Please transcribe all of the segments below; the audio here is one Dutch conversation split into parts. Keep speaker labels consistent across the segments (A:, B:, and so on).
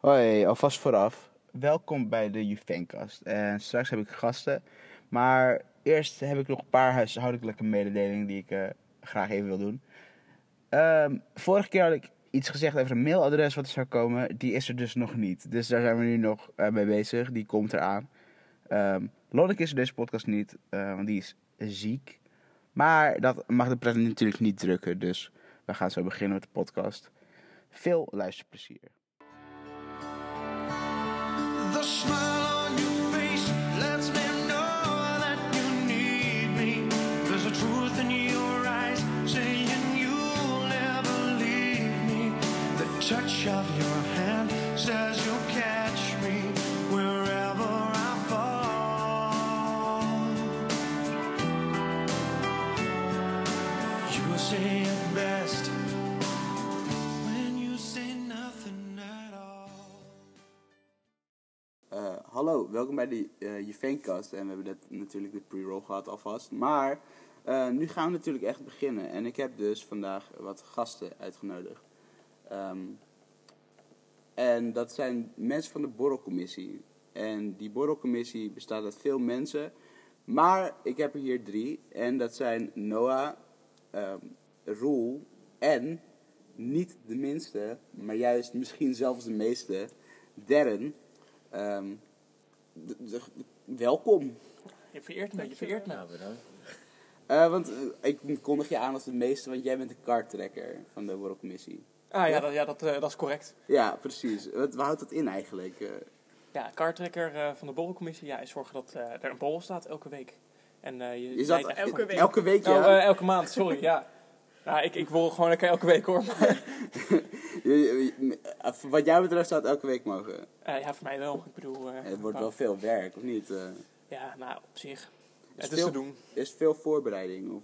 A: Hoi, alvast vooraf. Welkom bij de Juvencast. En straks heb ik gasten. Maar eerst heb ik nog een paar huishoudelijke mededelingen die ik eh, graag even wil doen. Ehm, vorige keer had ik iets gezegd over een mailadres wat er zou komen. Die is er dus nog niet. Dus daar zijn we nu nog eh, mee bezig. Die komt eraan. Ehm Lonneke is er deze podcast niet, eh, want die is ziek. Maar dat mag de pret natuurlijk niet drukken. Dus we gaan zo beginnen met de podcast. Veel luisterplezier.
B: The smile on your face lets me know that you need me. There's a truth in your eyes saying you'll never leave me. The touch of your hand says you'll catch me wherever I fall. You say it best when you say nothing at all.
A: Eh, hallo, welkom bij de uh, Juvencast. En we hebben net natuurlijk de pre-roll gehad alvast. Maar eh, nu gaan we natuurlijk echt beginnen. En ik heb dus vandaag wat gasten uitgenodigd. Ehm, en dat zijn mensen van de borrelcommissie. En die borrelcommissie bestaat uit veel mensen. Maar ik heb er hier drie. En dat zijn Noah, ehm, Roel en niet de minste, maar juist misschien zelfs de meeste, Darren. Ehm, d- d- welkom.
C: Je vereert me, je vereert me.
A: Eh, want eh, ik kondig je aan als de meeste, want jij bent de kartrekker van de borrelcommissie.
C: Ah ja, dat, ja, dat, eh, dat is correct.
A: Ja, precies. Wat, wat houdt dat in eigenlijk? Eh,
C: Ja, kaarttrekker eh, van de borrelcommissie ja, is zorgen dat eh, er een borrel staat elke week. En, eh, je
A: is dat
C: leidt-
A: elke week? Elke week, ja.
C: Oh, eh, elke maand, sorry, ja. Nou, ik, ik borrel gewoon lekker elke week hoor. Eh, Maar,
A: Je- je- eh, Wat jou betreft zou het elke week mogen.
C: eh, ja, voor mij wel. Ik bedoel, eh,
A: Het wordt
C: maar-
A: wel veel werk, of niet? Eh,
C: Ja, nou, op zich. het is
A: veel-
C: te doen.
A: Is veel voorbereiding? Of...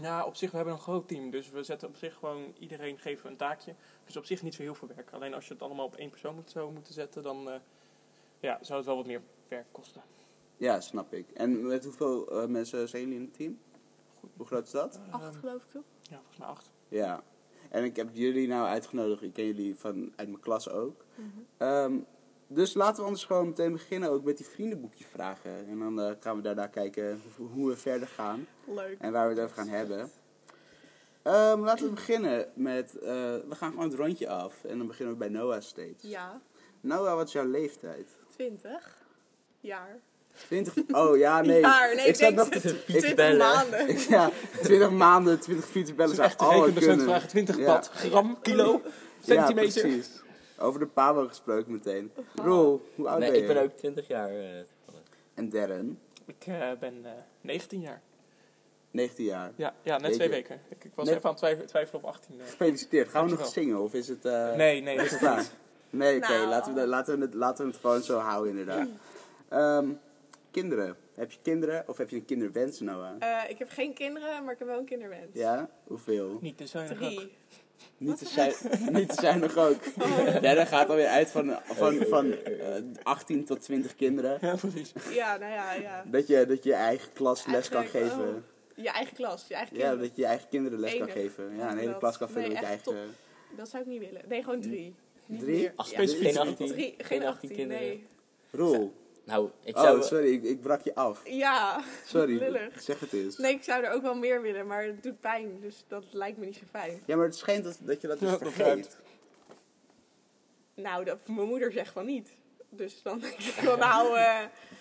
C: Nou, op zich, we hebben een groot team. Dus we zetten op zich gewoon, iedereen geven een taakje. Dus op zich niet zo heel veel werk. Alleen als je het allemaal op één persoon moet, zou moeten zetten, dan eh, ja, zou het wel wat meer werk kosten.
A: Ja, snap ik. En met hoeveel eh, mensen zijn jullie in het team? Hoe groot is dat?
D: Acht geloof ik toch?
C: Ja, volgens mij acht.
A: Ja. En ik heb jullie nou uitgenodigd. Ik ken jullie van, uit mijn klas ook.
D: Mhm.
A: Ehm, dus laten we anders gewoon meteen beginnen ook met die vriendenboekje vragen. En dan eh, gaan we daarna kijken hoe, hoe we verder gaan.
D: Leuk.
A: En waar we het over gaan hebben. Ehm, laten we beginnen met... eh, we gaan gewoon het rondje af. En dan beginnen we bij Noah steeds.
D: Ja,
A: Noah, wat is jouw leeftijd?
D: 20 jaar.
A: 20... Oh ja, nee.
D: Jaar, nee,
A: ik zat
D: denk
A: nog te
D: 20
A: ik-
D: 20 maanden.
A: Ja, 20 maanden, 20 fietsbellen
C: Dus
A: zijn
C: echt de
A: alle
C: rekendocent
A: kunnen.
C: vragen 20
A: Ja.
C: pad, gram, kilo,
A: Ja,
C: centimeter. Oh.
A: precies. Over de Pabo gesproken meteen. Roel, hoe oud
E: Nee,
A: ben je?
E: ik ben ook 20 jaar. eh, toevallig.
A: En Darren,
C: ik eh, ben eh, 19 jaar.
A: 19 jaar.
C: Ja, ja net
A: Jeetje.
C: twee weken. Ik, ik was
A: Net-
C: even aan het twijfelen, twijfelen op 18. eh.
A: Gefeliciteerd. Gaan we nog
C: Dankjewel.
A: zingen of is het... eh,
C: Nee, nee, dat is
A: is het klaar? Nee, oké.
D: Nou.
A: Laten, we, dat- laten, we het- laten we het gewoon zo houden inderdaad. Ehm, kinderen. Heb je kinderen of heb je een kinderwens, Noah?
D: Eh, ik heb geen kinderen, maar ik heb wel een kinderwens.
A: Ja? Hoeveel?
C: niet te zijn. ook.
D: Drie.
A: Niet te, zijn, niet te zuinig ook.
D: Oh.
A: Darren gaat alweer uit van, van, van eh, 18 tot 20 kinderen.
C: Ja, precies.
D: Ja, nou ja, ja.
A: Dat je, dat je je eigen klas les kan
D: Eigenlijk,
A: geven.
D: oh, je eigen klas, je eigen
A: Ja,
D: kinderen.
A: dat je je eigen kinderen les kan
D: Enig.
A: geven. Ja,
D: Doe
A: een hele
D: dat.
A: klas kan vullen
D: Nee,
A: met je Hm,
D: echt
A: eigen...
D: dat... zou ik niet willen. Nee, gewoon drie. Niet
A: Drie?
D: meer.
E: Ach,
D: Ja.
C: specifiek.
E: geen 18,
D: Drie, geen, 18, nee.
A: Roel.
E: Nou, ik zou.
A: Oh, sorry, ik, ik brak je af.
D: Ja,
A: Sorry,
D: lullig.
A: zeg het eens.
D: Nee, ik zou er ook wel meer willen, maar het doet pijn, dus dat lijkt me niet zo fijn.
A: Ja, maar het schijnt dat, dat je dat dus
C: Ja, dat
A: vergeet.
D: Nou, dat, mijn moeder zegt van niet. Dus dan denk ik wel, nou, eh,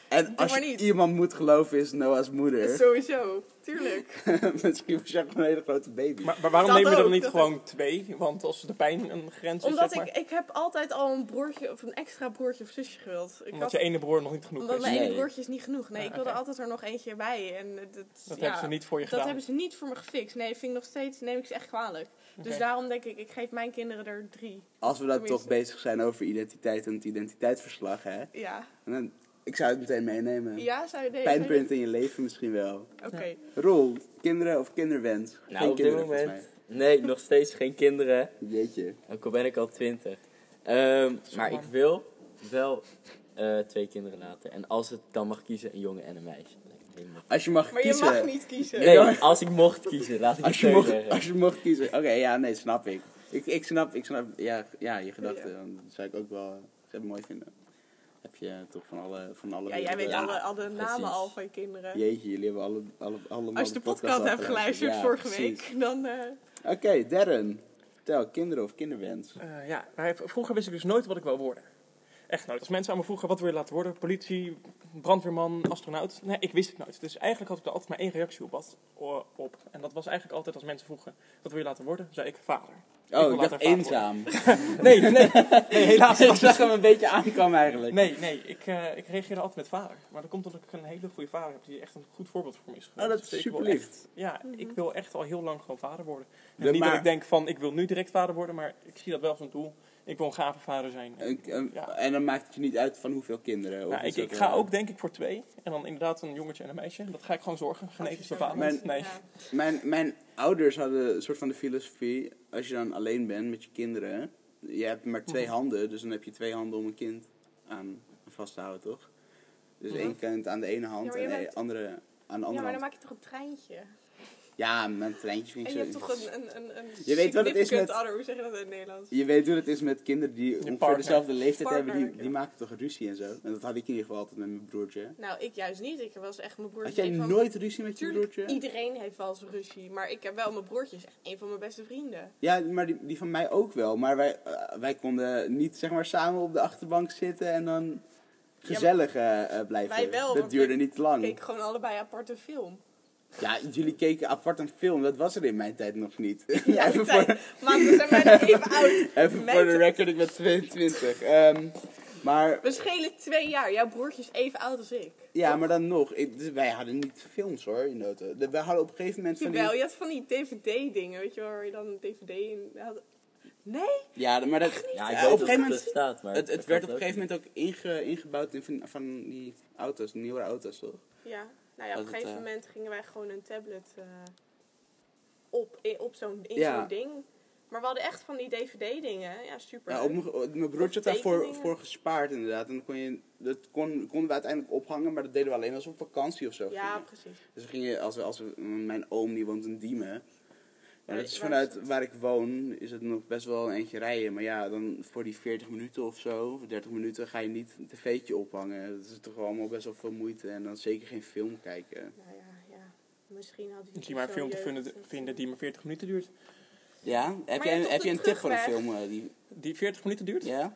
A: En als
D: maar
A: je
D: niet.
A: iemand moet geloven is Noah's moeder.
D: sowieso, tuurlijk.
A: Misschien was je gewoon een hele grote baby.
C: Maar, maar waarom
D: Dat
C: nemen we er
D: ook,
C: niet
D: dat
C: gewoon twee? Want als de pijn een grens is,
D: Omdat
C: zeg maar.
D: ik, ik heb altijd al een broertje of een extra broertje of zusje gewild. Ik
C: omdat
D: had,
C: je ene broer nog niet genoeg
D: omdat
C: is.
D: mijn ene
E: Nee.
D: broertje is niet genoeg. Nee,
C: Ah,
D: ik wilde
C: oké.
D: altijd er nog eentje bij. En eh, dat,
C: Dat
D: ja,
C: hebben ze niet voor je
D: Dat
C: gedaan.
D: hebben ze niet voor me gefixt. Nee, vind ik nog steeds, neem ik ze echt kwalijk. Dus
C: Oké.
D: daarom denk ik, ik geef mijn kinderen er drie.
A: Als we dan
D: Tenminste.
A: toch bezig zijn over identiteit en het identiteitsverslag, hè.
D: Ja.
A: Dan, ik zou het meteen meenemen.
D: Ja, zou je nee, zou je-
A: Pijnpunt in je leven misschien wel.
D: Oké.
A: Roel, kinderen of kinderwens?
E: nou, op dit
A: volgens
E: moment. Nee, nog steeds geen kinderen.
A: mij. Jeetje.
E: Ook al ben ik al 20. Ehm, maar ik wil wel eh, twee kinderen laten. En als het dan mag kiezen, een jongen en een meisje. Helemaal-
A: Als je mag
D: Maar
A: kiezen...
D: je mag niet kiezen.
E: Nee, als ik mocht kiezen, laat ik het
A: Als je
E: zo
A: mocht,
E: zeggen.
A: als je mocht kiezen. Oké, ja, nee, snap ik. Ik, ik snap, ik snap ja, ja, je gedachten. Dan zou ik ook wel eh,
F: het mooi vinden. Heb je toch van alle van alle
D: Ja, jij weet
F: werelden-
E: Ja,
D: alle, alle namen
E: precies.
D: al van je kinderen.
F: Jeetje, jullie hebben alle, alle, allemaal
D: Als je de podcast,
F: al
D: hebt geluisterd
F: Ja,
D: vorige
F: precies.
D: week, dan... eh,
F: Oké, Darren. Vertel, kinderen of kinderwens?
C: Eh, ja, maar vroeger wist ik dus nooit wat ik wou worden. Echt nooit. Als mensen aan me vroegen wat wil je laten worden, politie, brandweerman, astronaut. Nee, ik wist het nooit. Dus eigenlijk had ik daar altijd maar één reactie op, had- o- op. En dat was eigenlijk altijd als mensen vroegen, wat wil je laten worden? zei ik vader. wil
F: Oh, ik dacht
C: later vader
F: eenzaam.
C: Nee, nee, nee helaas.
F: ik zag hem een beetje aankomen eigenlijk.
C: Nee, nee, ik, eh, ik reageerde altijd met vader. Maar dat komt omdat ik een hele goede vader heb die echt een goed voorbeeld voor me is geweest.
F: Oh, dat is
C: Dus ik wil
F: superlief.
C: echt- Ja, ik wil echt al heel lang gewoon vader worden. En
F: Ja,
C: niet
F: maar-
C: dat ik denk van, ik wil nu direct vader worden, maar ik zie dat wel als een doel. Ik wil een gave vader zijn.
F: Een- een-
C: Ja.
F: En dan maakt het je niet uit van hoeveel kinderen. of
C: Nou,
F: is eh,
C: ik,
F: dat
C: ik ga
F: wel-
C: ook denk ik voor twee. En dan inderdaad een jongetje en een meisje. Dat ga ik gewoon zorgen.
F: Oh,
C: Genetisch bepalen.
F: Mijn-
C: Nee.
D: Ja.
F: Mijn, mijn ouders hadden een soort van de filosofie, als je dan alleen bent met je kinderen, je hebt maar twee
D: Mhm.
F: handen, dus dan heb je twee handen om een kind aan vast te houden, toch? Dus één kind aan de ene
D: Mhm. Ja,
F: hand
D: maar
F: en
D: je
F: de
D: bent-
F: andere aan de
D: Ja,
F: andere
D: maar dan
F: hand.
D: maak je toch een treintje?
F: Ja, mijn treintje vind
D: En
F: ik
D: je
F: zo...
D: hebt toch een, een, een, een
F: Je weet wat het is
D: significant
F: met-
D: other, hoe zeg je dat in het Nederlands?
F: Je weet hoe het is met kinderen die ongeveer
C: partner.
F: dezelfde leeftijd
D: Partner,
F: hebben, die, die
D: ja.
F: maken toch ruzie en zo. En dat had ik in ieder geval altijd met mijn broertje.
D: Nou, ik juist niet. Ik was echt mijn broertje.
F: Had jij
D: een van-
F: nooit ruzie met je
D: Tuurlijk,
F: broertje?
D: iedereen heeft wel eens ruzie. Maar ik heb wel mijn broertje, is echt een van mijn beste vrienden.
F: Ja, maar die, die van mij ook wel. Maar wij, eh, wij konden niet zeg maar samen op de achterbank zitten en dan gezellig eh, eh, blijven.
D: Wij wel,
F: dat
D: want
F: duurde
D: wij
F: niet lang.
D: We keken gewoon allebei apart een film.
F: Ja, jullie keken apart een film. Dat was er in mijn tijd nog niet.
D: Ja,
F: even
D: we
F: voor,
D: zijn, Maar we zijn bijna even oud.
F: even
D: Mijn
F: voor de
D: tijd.
F: record, ik ben 22. Ehm, maar
D: We schelen twee jaar. Jouw broertje is even oud als ik.
F: ja, maar dan nog. Ik- dus wij hadden niet films hoor, in de auto. De- Wij hadden op een gegeven moment van die...
D: Jawel, je had van die dvd-dingen, weet je wel, waar je dan een dvd in had. Nee?
F: Ja, maar dat...
E: Ja,
F: eh,
E: ik
F: op een
E: weet dat
F: gegeven
E: het
F: moment...
E: bestaat, maar...
F: Het, het
E: ik
F: werd op
E: snap
F: een gegeven moment ook inge, ingebouwd in van, van die auto's, nieuwere auto's toch?
D: Ja. Nou ja,
F: Dat
D: op een
F: het,
D: gegeven
F: eh,
D: moment gingen wij gewoon een tablet eh, op, in, op zo'n, in
F: Ja.
D: zo'n ding. Maar we hadden echt van die dvd-dingen. Ja, super.
F: Ja, op mijn- op mijn broertje had daarvoor
D: tekeningen.
F: voor gespaard inderdaad. En dan kon je, dat kon, konden we uiteindelijk ophangen, maar dat deden we alleen als we op vakantie of zo
D: ja,
F: gingen.
D: precies.
F: Dus we gingen, als, we- als we, mijn oom die woont in Diemen. Ja,
D: Waar-
F: dat is
D: waar
F: vanuit
D: is dat?
F: waar ik woon, is het nog best wel een eentje rijden. Maar ja, dan voor die 40 minuten of zo, of 30 minuten, ga je niet een tv'tje ophangen. Dat is toch allemaal best wel veel moeite. En dan zeker geen film kijken.
D: Nou ja, ja. Misschien had hij...
C: Ik zie maar een
D: zo
C: film te
D: jeugd-
C: vinden, vinden die maar 40 minuten duurt.
F: Ja? Heb
D: Maar je
F: jij,
D: hebt toch
F: heb
D: de
F: je een tip voor een
D: terugweg?
F: film? eh, Die,
C: Die 40 minuten duurt?
F: ja?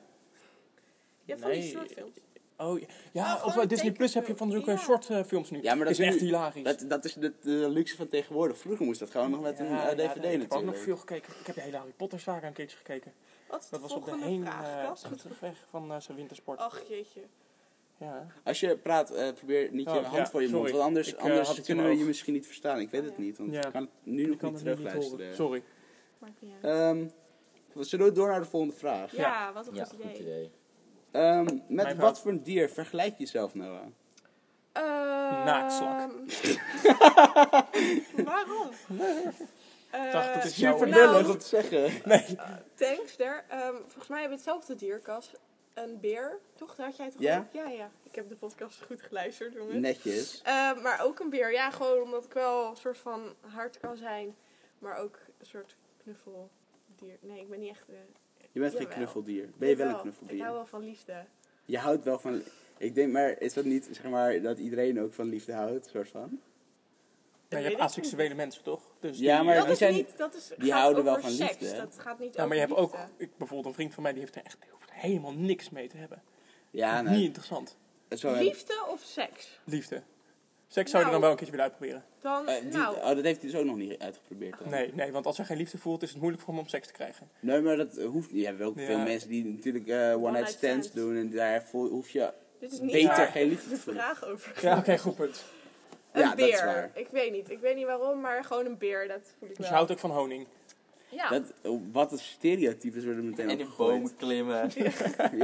D: Je hebt van die
C: Nee.
D: soort films.
C: Oh, ja.
D: Ah,
C: ja
D: gewoon
C: op eh,
D: een
C: Disney Plus heb je van zulke
D: tekenfilm.
C: short eh, films nu.
F: Ja, maar dat
C: is
F: nu-
C: echt hilarisch.
F: Dat, dat is de, de luxe van tegenwoordig. Vroeger moest dat gewoon nog met een
C: Ja,
F: eh,
C: ja,
F: DVD
C: Ik heb ook nog
F: natuurlijk.
C: veel gekeken. Ik heb de hele Harry Potter saga een keertje gekeken.
D: Wat is
C: Dat
D: de
C: was op de
D: volgende
C: heen
D: vraag?
C: eh,
D: Kas?
C: en terugweg van eh, zijn wintersport.
D: Ach, jeetje.
C: Ja.
F: Als je praat, eh, probeer niet je
C: Oh,
F: hand
C: ja,
F: voor je
C: sorry.
F: mond. Want anders,
C: Ik, eh,
F: anders
C: had het in
F: kunnen
C: mijn
F: we je
C: oog.
F: misschien niet verstaan. Ik weet het
D: Ja.
F: niet. Want
C: Ja.
F: ik kan het nu nog
C: Ik kan
F: niet
C: het nu niet
F: terugluisteren.
C: horen. Sorry.
D: Maakt niet uit.
F: Ehm, we zullen we door naar de volgende vraag?
D: ja,
C: ja.
D: wat een
E: Ja,
D: goed
E: goed
D: idee.
E: idee.
F: Ehm, met
C: Mijn
F: wat
C: fout.
F: voor dier vergelijk je jezelf, Noah?
D: Ehm,
C: Naaktslak.
D: Waarom? Eh,
C: Dacht, dat is jouw-
F: Super
C: Nou,
F: lullig om te zeggen.
D: Thanks daar. Ehm, volgens mij hebben we hetzelfde dier, Kas. Een beer, toch? Daar had jij het toch
F: Ja?
D: ook? Ja, ja. Ik heb de podcast goed geluisterd, jongens.
F: Netjes.
D: Eh, maar ook een beer. Ja, gewoon omdat ik wel een soort van hard kan zijn. Maar ook een soort knuffeldier. Nee, ik ben niet echt... eh,
F: Je bent geen
D: Jawel.
F: knuffeldier. Ben je wel een
D: jawel. Ik hou
F: knuffeldier?
D: wel van liefde.
F: Je houdt wel van... Ik denk maar, is dat niet zeg maar dat iedereen ook van liefde houdt, soort van?
C: Nou, je
D: weet
C: hebt
D: ik
C: asexuele mensen, toch? Dus
F: Ja,
C: die-
F: maar-
D: dat
F: die
D: is
F: zijn-
D: niet... Dat is,
F: die
D: gaat
F: houden wel
D: over
F: van
D: seks.
F: liefde, hè?
D: Dat gaat niet
C: Ja, maar je hebt ook,
D: over liefde.
C: ik, bijvoorbeeld een vriend van mij die heeft er echt die hoeft er helemaal niks mee te hebben.
F: Ja,
C: Niet
F: nou,
C: interessant.
F: zo,
C: Oh,
F: eh,
D: Liefde of seks?
C: Liefde. Seks zou je
D: Nou.
C: dan wel een keertje willen uitproberen.
D: Dan,
F: eh, die-
D: nou...
F: oh, dat heeft hij dus ook nog niet uitgeprobeerd. dan.
C: Nee, nee, want als hij geen liefde voelt, is het moeilijk voor hem om seks te krijgen.
F: Nee, maar dat hoeft niet. Je hebt ook
C: Ja.
F: veel mensen die natuurlijk eh, one-night
D: One-night
F: stands
D: stands.
F: doen en daar vo- hoef je...
D: Dit is niet
F: Beter
D: waar
F: geen liefde
D: de
F: voelen.
D: vraag over
C: Ja, Dus oké, goed punt.
D: Een
F: Ja, dat
D: beer.
F: is waar.
D: Ik weet niet. Ik weet niet waarom, maar gewoon een beer. Dat voel ik
C: Dus
D: wel.
C: je houdt ook van honing.
D: ja.
F: Dat, wat een stereotypes worden meteen
E: En in
F: opgegooid.
E: bomen klimmen.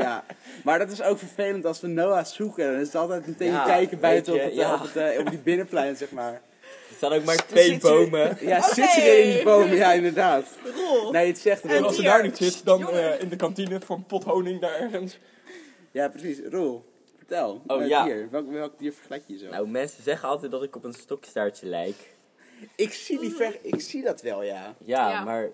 F: Ja, maar dat is ook vervelend als we Noah zoeken. Dan is het altijd meteen
E: Ja,
F: kijken buiten op,
E: weet je,
F: het, eh,
E: ja.
F: op, het, eh, op die binnenplein, zeg maar.
E: Er staan ook
D: Dus
E: maar twee
F: Zit je-
E: bomen.
F: Ja, zit je weer in die boom? Ja, inderdaad.
D: Rol.
F: Nee, het zegt
D: En
F: Roel.
C: als
D: die-
C: ze
D: Dier.
C: daar niet zit, dan
D: Jongen.
C: eh, in de kantine voor een pot honing daar ergens.
F: Ja, precies. Roel, vertel.
E: Oh,
F: Welk
E: ja.
F: dier? Welk, welk dier vergelijk je zo?
E: Nou, mensen zeggen altijd dat ik op een stokstaartje lijk.
F: ik, zie die ver- ik zie dat wel, ja.
E: Ja,
D: Ja.
E: maar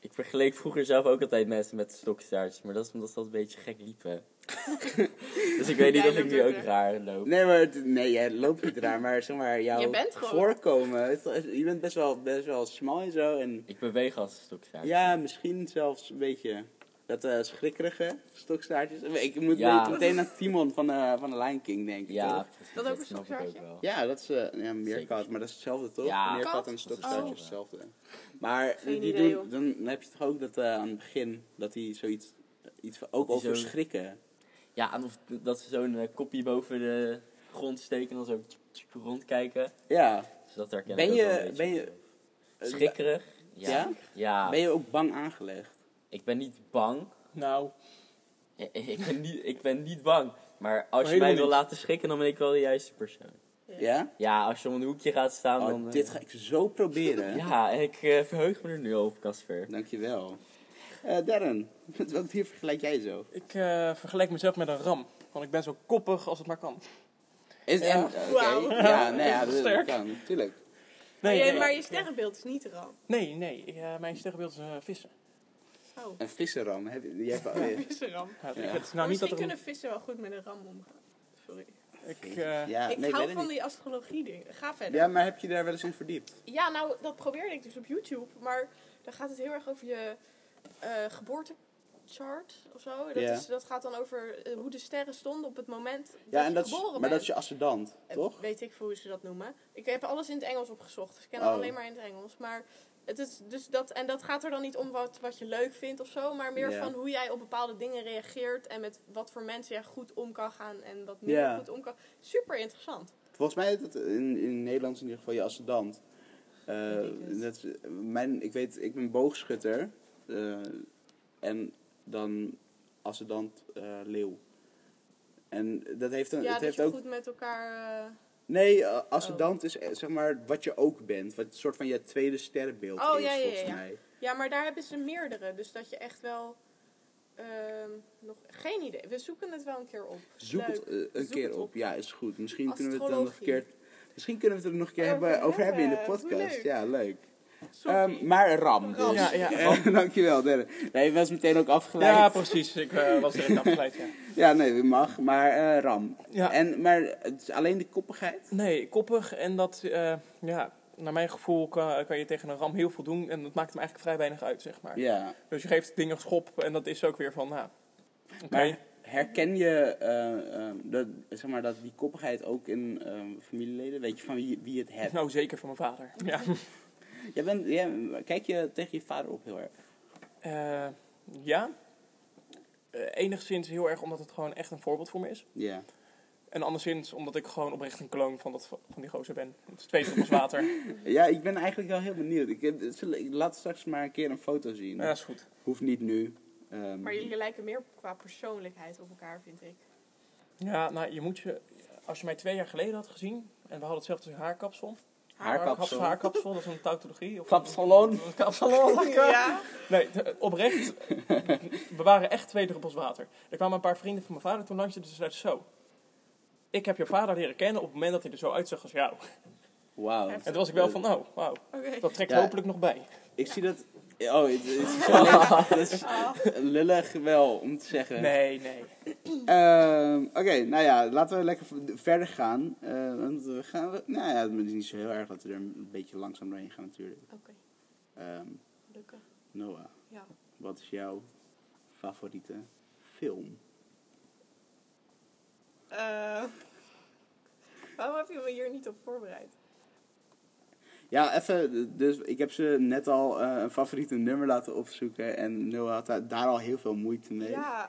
E: ik vergeleek vroeger zelf ook altijd mensen met stokstaartjes. Maar dat is omdat ze dat een beetje gek liepen. Dus ik weet niet
D: Jij
E: of ik
D: loopt
E: nu
D: ook
E: ook
D: raar.
E: raar loop.
F: Nee, maar het- nee, jij loopt niet raar, maar zeg maar jouw
D: Je bent gewoon-
F: voorkomen. het- je bent best wel, best wel smal en zo. En
E: Ik beweeg als een stokstaart.
F: ja, misschien zelfs een beetje dat eh schrikkerige stokstaartjes. Ik moet
E: Ja.
F: weet- meteen aan Timon van, eh van de Lion King denken.
E: ja
F: toch?
E: precies,
D: Dat ook een
E: snap ik
D: stokstaartje?
E: wel.
F: Ja, dat is eh ja, meerkat, maar dat is hetzelfde toch?
E: Ja.
F: Meerkat
D: Kat?
F: en stokstaartje
E: Oh.
F: is hetzelfde. Maar
D: Geen
F: die
D: idee,
F: doen,
D: joh.
F: dan heb je toch ook dat eh, aan het begin, dat hij zoiets, iets van- ook
E: Dat
F: over
E: hij zo-
F: schrikken.
E: Ja, en of dat ze zo'n eh, kopje boven de grond steken en dan zo tsk, tsk, rondkijken.
F: Ja.
E: Dus dat herken
F: Ben
E: ik ook
F: je-
E: wel een beetje.
F: ben je-
E: Schrikkerig?
F: Ja?
E: Ja. Ja,
F: Ben je ook bang aangelegd?
E: ik ben niet bang.
C: Nou,
E: Ja, Ik ben niet, ik ben niet bang. Maar
C: Maar
E: als je mij
C: helemaal
E: wil
C: niet.
E: laten schrikken, dan ben ik wel de juiste persoon.
F: Ja?
E: Ja, als je om een hoekje gaat staan, dan...
F: Oh,
E: eh,
F: dit ga ik zo proberen.
E: Ja, ik eh, verheug me er nu op, Casper.
F: Dankjewel. Eh Darren, met welk dier vergelijk jij zo?
C: ik eh, vergelijk mezelf met een ram. Want ik ben zo koppig als het maar kan.
F: Is
C: Ja.
F: en- oké.
D: Wauw.
F: Ja, nee, ja, dat, dat
C: Sterk.
F: kan, tuurlijk.
D: Maar
C: nee,
D: je-
C: nee.
D: maar je sterrenbeeld is niet ram.
C: eh, Nee, nee. Ik, eh, mijn sterrenbeeld is eh, vissen.
D: Oh,
F: Een vissenram, heb je, jij hebt- oh, ja.
D: vissenram.
C: Ja,
F: Ja.
C: Ik weet
D: Maar
C: nou niet dat
D: misschien
C: er...
D: kunnen
C: een-
D: vissen wel goed met een ram omgaan. Sorry.
C: Ik, eh,
F: ja, nee, ik
D: ik
F: weet
D: hou
F: het
D: van
F: niet.
D: die astrologie dingen. Ga verder.
F: Ja,
D: Ja.
F: maar heb je daar wel eens in verdiept?
D: nou, dat probeerde ik dus op YouTube. Maar dan gaat het heel erg over je eh, geboortechart of zo. Dat,
F: Ja.
D: is, dat gaat dan over eh, hoe de sterren stonden op het moment
F: Ja,
D: dat
F: en
D: je
F: dat is,
D: geboren
F: maar
D: bent.
F: dat is je ascendant,
D: Eh,
F: toch?
D: Weet ik veel hoe ze dat noemen. Ik heb alles in het Engels opgezocht. Dus ik ken
F: Oh.
D: alleen maar in het Engels. Maar het is dus dat, en dat gaat er dan niet om wat, wat je leuk vindt of zo. Maar meer
F: Ja.
D: van hoe jij op bepaalde dingen reageert. En met wat voor mensen jij goed om kan gaan. En wat minder
F: Ja.
D: goed om kan. Super interessant.
F: Volgens mij heet het in, in het Nederlands in ieder geval je ascendant. Eh,
D: Betekent?
F: dat, mijn, ik weet, ik ben boogschutter. eh, en dan ascendant eh, leeuw. En dat heeft, een,
D: ja,
F: het
D: dat
F: heeft
D: je
F: ook
D: goed met elkaar... eh,
F: Nee, eh, ascendant is eh, zeg maar wat je ook bent. Wat een soort van je tweede sterrenbeeld
D: Oh,
F: is,
D: ja, ja, ja,
F: volgens
D: ja.
F: mij.
D: Ja, maar daar hebben ze meerdere. Dus dat je echt wel... ehm, nog geen idee. We zoeken het wel een keer op.
F: Zoek
D: Leuk.
F: het eh, een
D: Zoek
F: keer
D: het
F: op.
D: op.
F: Ja, is goed. Misschien kunnen we het dan nog een keer...
D: Astrologie.
F: Misschien kunnen we het er nog een keer
D: Over
F: hebben, over hebben in de
D: hebben. Hoe
F: podcast.
D: leuk.
F: Ja, leuk.
D: Sorry.
F: Ehm, maar ram dus.
D: Ram.
C: Ja, ja.
F: Eh, dankjewel, Derren. Nee, je was meteen ook afgeleid.
C: Ja,
F: Ja,
C: precies. Ik eh, was direct afgeleid, ja.
F: nee, we mag. Maar eh, ram.
C: Ja.
F: En, maar het is alleen de koppigheid?
C: Nee, koppig. En dat, eh, ja, naar mijn gevoel kan, kan je tegen een ram heel veel doen. En dat maakt hem eigenlijk vrij weinig uit, zeg maar.
F: Ja.
C: Dus je geeft dingen een schop en dat is ook weer van, nou... Oké.
F: Maar herken je eh, ehm, dat, zeg maar, dat die koppigheid ook in ehm, familieleden? Weet je van wie, wie het hebt?
C: Nou, zeker van mijn vader. Ja.
F: Jij bent, jij- kijk je tegen je vader op heel erg?
C: Eh, ja. Eh, enigszins heel erg omdat het gewoon echt een voorbeeld voor me is.
F: Ja.
C: En anderszins omdat ik gewoon oprecht een kloon van, dat, van die gozer ben. Het is twee druppels water.
F: Ja, ik ben eigenlijk wel heel benieuwd. Ik, heb- het zullen- ik laat straks maar een keer een foto zien.
C: Ja, dat is goed.
F: Hoeft niet nu. Ehm,
D: Maar jullie lijken meer qua persoonlijkheid op elkaar, vind ik.
C: Ja, nou, je moet je... Als je mij twee jaar geleden had gezien... En we hadden hetzelfde haarkapsel.
F: Haarkapsel.
C: Haarkapsel, dat is een tautologie. Of
F: Kapsalon.
C: Een kapsalon, lekker.
D: Ja.
C: Nee, t- oprecht. we waren echt twee druppels water. Er kwamen een paar vrienden van mijn vader toen langs en ze zeiden zo. Ik heb je vader leren kennen op het moment dat hij er zo uitzag als jou.
F: Wauw.
C: En toen was ik wel van, nou, wauw.
D: Oké.
C: Dat trekt
F: Ja.
C: hopelijk nog bij.
F: Ik zie dat... Oh, het, het is alleen... dat is lullig wel, om te zeggen.
C: Nee, nee.
F: Ehm, Oké, nou ja, laten we lekker v- verder gaan. Eh, want we gaan... we- Nou ja, het is niet zo heel erg dat we er een beetje langzaam doorheen gaan natuurlijk.
D: Oké,
F: Ehm,
D: gelukkig.
F: Noah,
D: Ja.
F: wat is jouw favoriete film?
D: Eh, waarom heb je me hier niet op voorbereid?
F: Ja, even. Dus ik heb ze net al eh, een favoriete nummer laten opzoeken. En Noah had daar, daar al heel veel moeite mee.
D: Ja,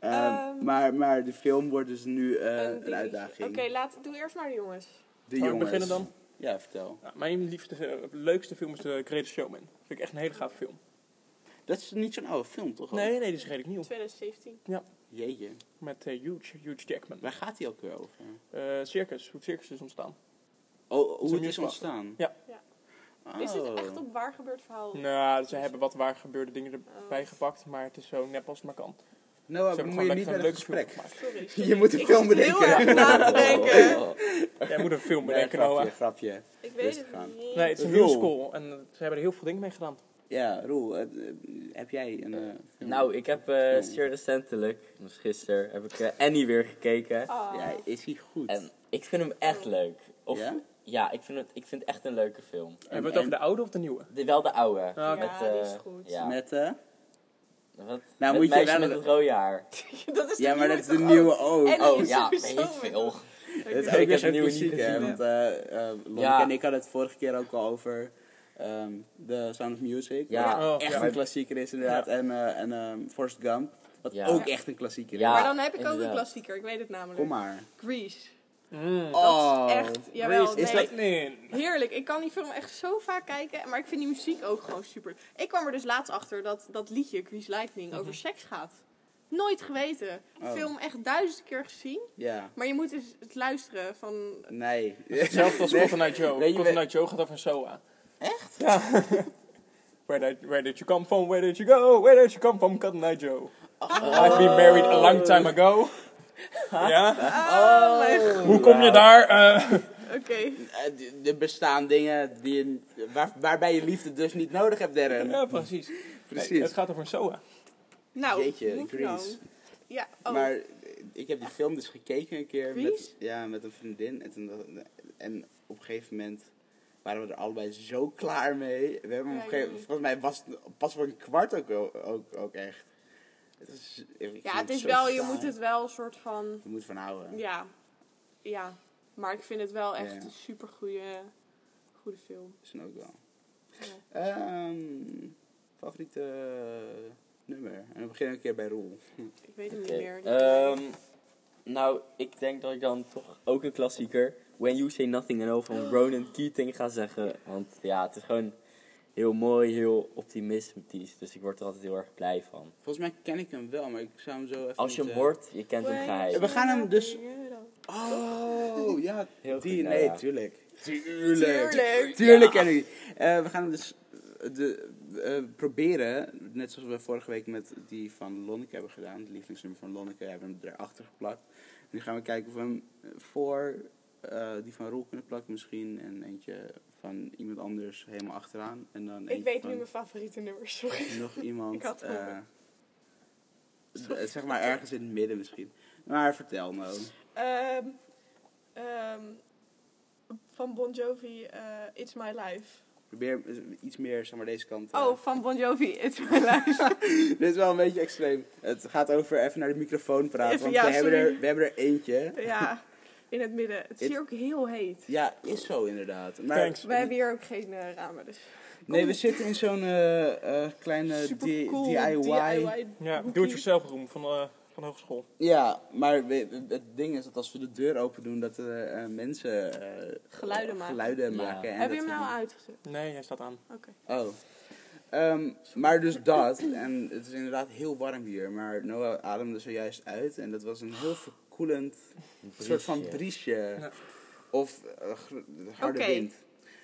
F: Ehm,
D: ehm.
F: maar, maar de film wordt dus nu eh, een,
D: dingetje.
F: uitdaging.
D: Oké, laat, doe eerst maar de jongens.
F: De
C: Zal ik
F: jongens.
C: beginnen dan?
F: Ja, vertel.
C: Nou, mijn liefste, eh, leukste film is The Greatest Showman. Vind ik echt een hele gave film.
F: Dat is niet zo'n oude film, toch? ook?
C: Nee, nee, die is redelijk nieuw.
D: 2017.
F: Jeetje.
C: Met eh Huge, Huge Jackman.
F: Waar gaat die ook weer over?
C: Eh, circus, hoe het circus is ontstaan.
F: Oh, hoe
C: een
F: het is
C: musical.
F: ontstaan?
C: Ja.
D: Ja.
F: Oh.
D: Is dit echt op waar gebeurd verhaal?
C: Nou, ze hebben wat waar gebeurde dingen
D: Oh.
C: erbij gepakt, maar het is zo nep als het maar kan. Ze
F: Noah,
C: hebben
F: bemoei je niet
C: lekker
F: met het gesprek.
C: gemaakt.
D: Sorry. sorry.
F: Je moet een
D: Ik
F: film
D: zit heel
F: bedenken.
D: erg na te denken.
C: Jij moet een film
F: Nee,
C: bedenken,
F: grapje,
C: Noah.
F: grapje.
D: Ik weet
F: Rustig
D: het
F: aan.
D: niet.
C: Nee, het is een
F: Rule.
C: musical en eh, ze hebben er heel veel dingen mee gedaan.
F: Ja, Roel, eh, eh, heb jij een... eh, film?
E: Nou, ik heb eh zeer recentelijk, dus gisteren, heb ik eh, Annie weer gekeken.
D: Ah.
F: Ja, is hij goed?
E: En ik vind hem echt leuk. Of,
F: Ja?
E: ja? ik vind, het, ik vind het echt een leuke film.
C: Hebben we het over de oude of de nieuwe?
E: De, wel de oude.
C: Ah, oké.
D: Ja, die is
E: eh,
D: goed.
E: Ja.
F: Met, eh?
E: Wat?
F: moet
E: het
F: je
E: meisje
F: wel-
E: met het rode haar.
D: dat is de
F: ja, maar dat
D: nieuwe
F: is de
D: toch
F: nieuwe
D: ook?
F: ook.
D: En-
E: Oh
D: is
E: ja, weet
D: sowieso
E: ik veel.
F: Het is ook
E: heb ik
F: weer
E: weer
F: zo'n
E: opnieuw niet
F: klassiek, hè?
E: gezien,
F: Want eh eh, Lonneke
E: Ja.
F: en ik hadden het vorige keer ook al over ehm The Sound of Music.
E: Ja.
F: wat
C: Oh,
F: echt
C: ja.
F: een klassieker is inderdaad. En, eh, en ehm, Forrest Gump, wat
E: Ja.
F: ook echt een klassieker is.
E: Ja.
D: Maar dan heb ik ook een
E: inderdaad.
D: klassieker, ik weet het namelijk.
F: Kom maar. Oh,
D: Grease.
C: Mm.
D: Dat is echt, jawel,
F: Grease is
D: nee.
F: dat-
C: Nee.
D: Heerlijk, ik kan die film echt zo vaak kijken, maar ik vind die muziek ook gewoon super. Ik kwam er dus laatst achter dat dat liedje, Grease Lightning, over seks gaat. Nooit geweten.
F: Mhm. Oh.
D: Film echt duizend keer gezien,
F: Ja.
D: maar je moet dus het luisteren van...
F: Nee.
C: Hetzelfde als
F: Nee.
C: Cotton Eye Joe.
F: Nee, je
C: Cotton
F: weet-
C: Eye Joe gaat over een SOA. Echt? Ja. where, did, where did you come from? Where did you go? Where did you come from? Cotton Eye Joe.
D: Oh.
C: I've been married a long time ago. Ja?
D: Oh, mijn god.
C: Hoe kom je daar? eh
D: Oké.
F: Eh, d- Er bestaan dingen die je- waar, waarbij je liefde dus niet nodig hebt, Darren.
C: ja, precies. Nee, het
F: Precies.
C: gaat over een SOA.
D: Nou,
F: Jeetje,
D: hoe
F: Grease.
D: dan? Ja, oh.
F: Maar eh, ik heb die film dus gekeken een keer
D: Grease?
F: met, ja, met een vriendin. En, toen, dacht- en op een gegeven moment waren we er allebei zo klaar mee. We hebben hem op een
D: Ja,
F: gegeven,
D: ja.
F: volgens mij was het pas voor een kwart ook, wel- ook, ook echt. Het is, ik vind
D: ja, het is
F: zo
D: wel, je
F: saai.
D: moet het wel een soort van...
F: Je moet van houden.
D: Ja, ja. Maar ik vind het wel echt
F: Ja.
D: een super goede, goede film.
F: Dat is ook wel.
D: Ja.
F: Ehm, favoriete nummer. En we beginnen een keer bij Roel.
D: Ik weet hem
E: Oké.
D: niet meer.
F: Eh,
E: Ehm, nou, ik denk dat ik dan toch ook een klassieker When You Say Nothing and All van
D: Oh.
E: Ronan Keating ga zeggen. Want ja, het is gewoon heel mooi, heel optimistisch. Dus ik word er altijd heel erg blij van.
F: Volgens mij ken ik hem wel, maar ik zou hem zo even
E: Als je
F: niet,
E: hem
F: eh,
E: hoort, je kent hem geheim.
F: We gaan hem dus-
D: Tuurlijk.
F: Oh, ja.
E: Heel
F: die,
E: goed, nou
F: nee,
E: ja.
F: tuurlijk. Tuurlijk.
D: Tuurlijk.
F: Tuurlijk ken ik die. Eh, we gaan hem dus de, eh, proberen, net zoals we vorige week met die van Lonneke hebben gedaan, het lievelingsnummer van Lonneke, hebben we hem erachter geplakt. Nu gaan we kijken of we hem voor eh, die van Roel kunnen plakken misschien en eentje van iemand anders helemaal achteraan. En dan
D: Ik
F: eentje
D: weet
F: van
D: nu mijn favoriete nummers, sorry.
F: nog iemand.
D: Ik had het
F: eh,
D: al.
F: d- zeg maar ergens in het midden misschien. Maar vertel nou.
D: Ehm, ehm, van Bon Jovi, eh, It's My Life.
F: Probeer eh, iets meer zeg maar, deze kant. eh,
D: Oh, van Bon Jovi, It's My Life.
F: Dit is wel een beetje extreem. Het gaat over even naar de microfoon praten.
D: Even,
F: Want
D: ja,
F: we, hebben
D: sorry.
F: er, we hebben er eentje.
D: ja, in het midden. Het is
F: It-
D: hier ook heel heet.
F: Ja, is zo inderdaad. Maar,
C: Thanks.
D: Wij hebben hier ook geen eh, ramen, dus
F: Nee, we zitten in zo'n eh, eh, kleine di-
D: super cool
F: DIY.
C: Ja, do-it-yourself room van, eh, van de hogeschool.
F: Ja, maar we- het ding is dat als we de deur open doen, dat er eh, mensen eh,
D: Geluiden maken.
F: geluiden
E: Ja.
F: maken en
D: Heb je
F: dat
D: hem
F: we
D: nou
F: die-
D: uitgezet?
C: Nee, hij staat aan.
D: Oké.
F: Oh. Ehm, maar dus dat, en het is inderdaad heel warm hier, maar Noah ademde zojuist uit en dat was een heel verkoelend soort van
E: briesje.
F: briesje.
C: Ja.
F: Of eh, gr- harde
D: Oké.
F: wind.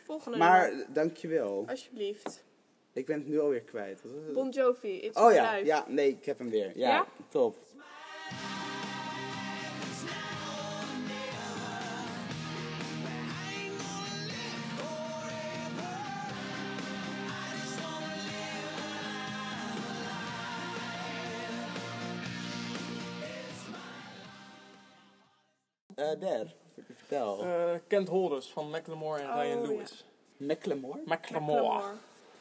D: Volgende
F: Maar
D: nummer.
F: dankjewel.
D: Alsjeblieft.
F: Ik ben het nu alweer kwijt. Wat was het?
D: Bon Jovi, It's
F: Oh
D: My
F: ja,
D: Life.
F: ja, nee, ik heb hem weer. Ja,
D: Ja?
F: top. Eh der, vertel.
C: Eh, Kent Holders van Macklemore en
D: Oh,
C: Ryan
D: ja.
C: Lewis.
F: Macklemore?
C: Macklemore.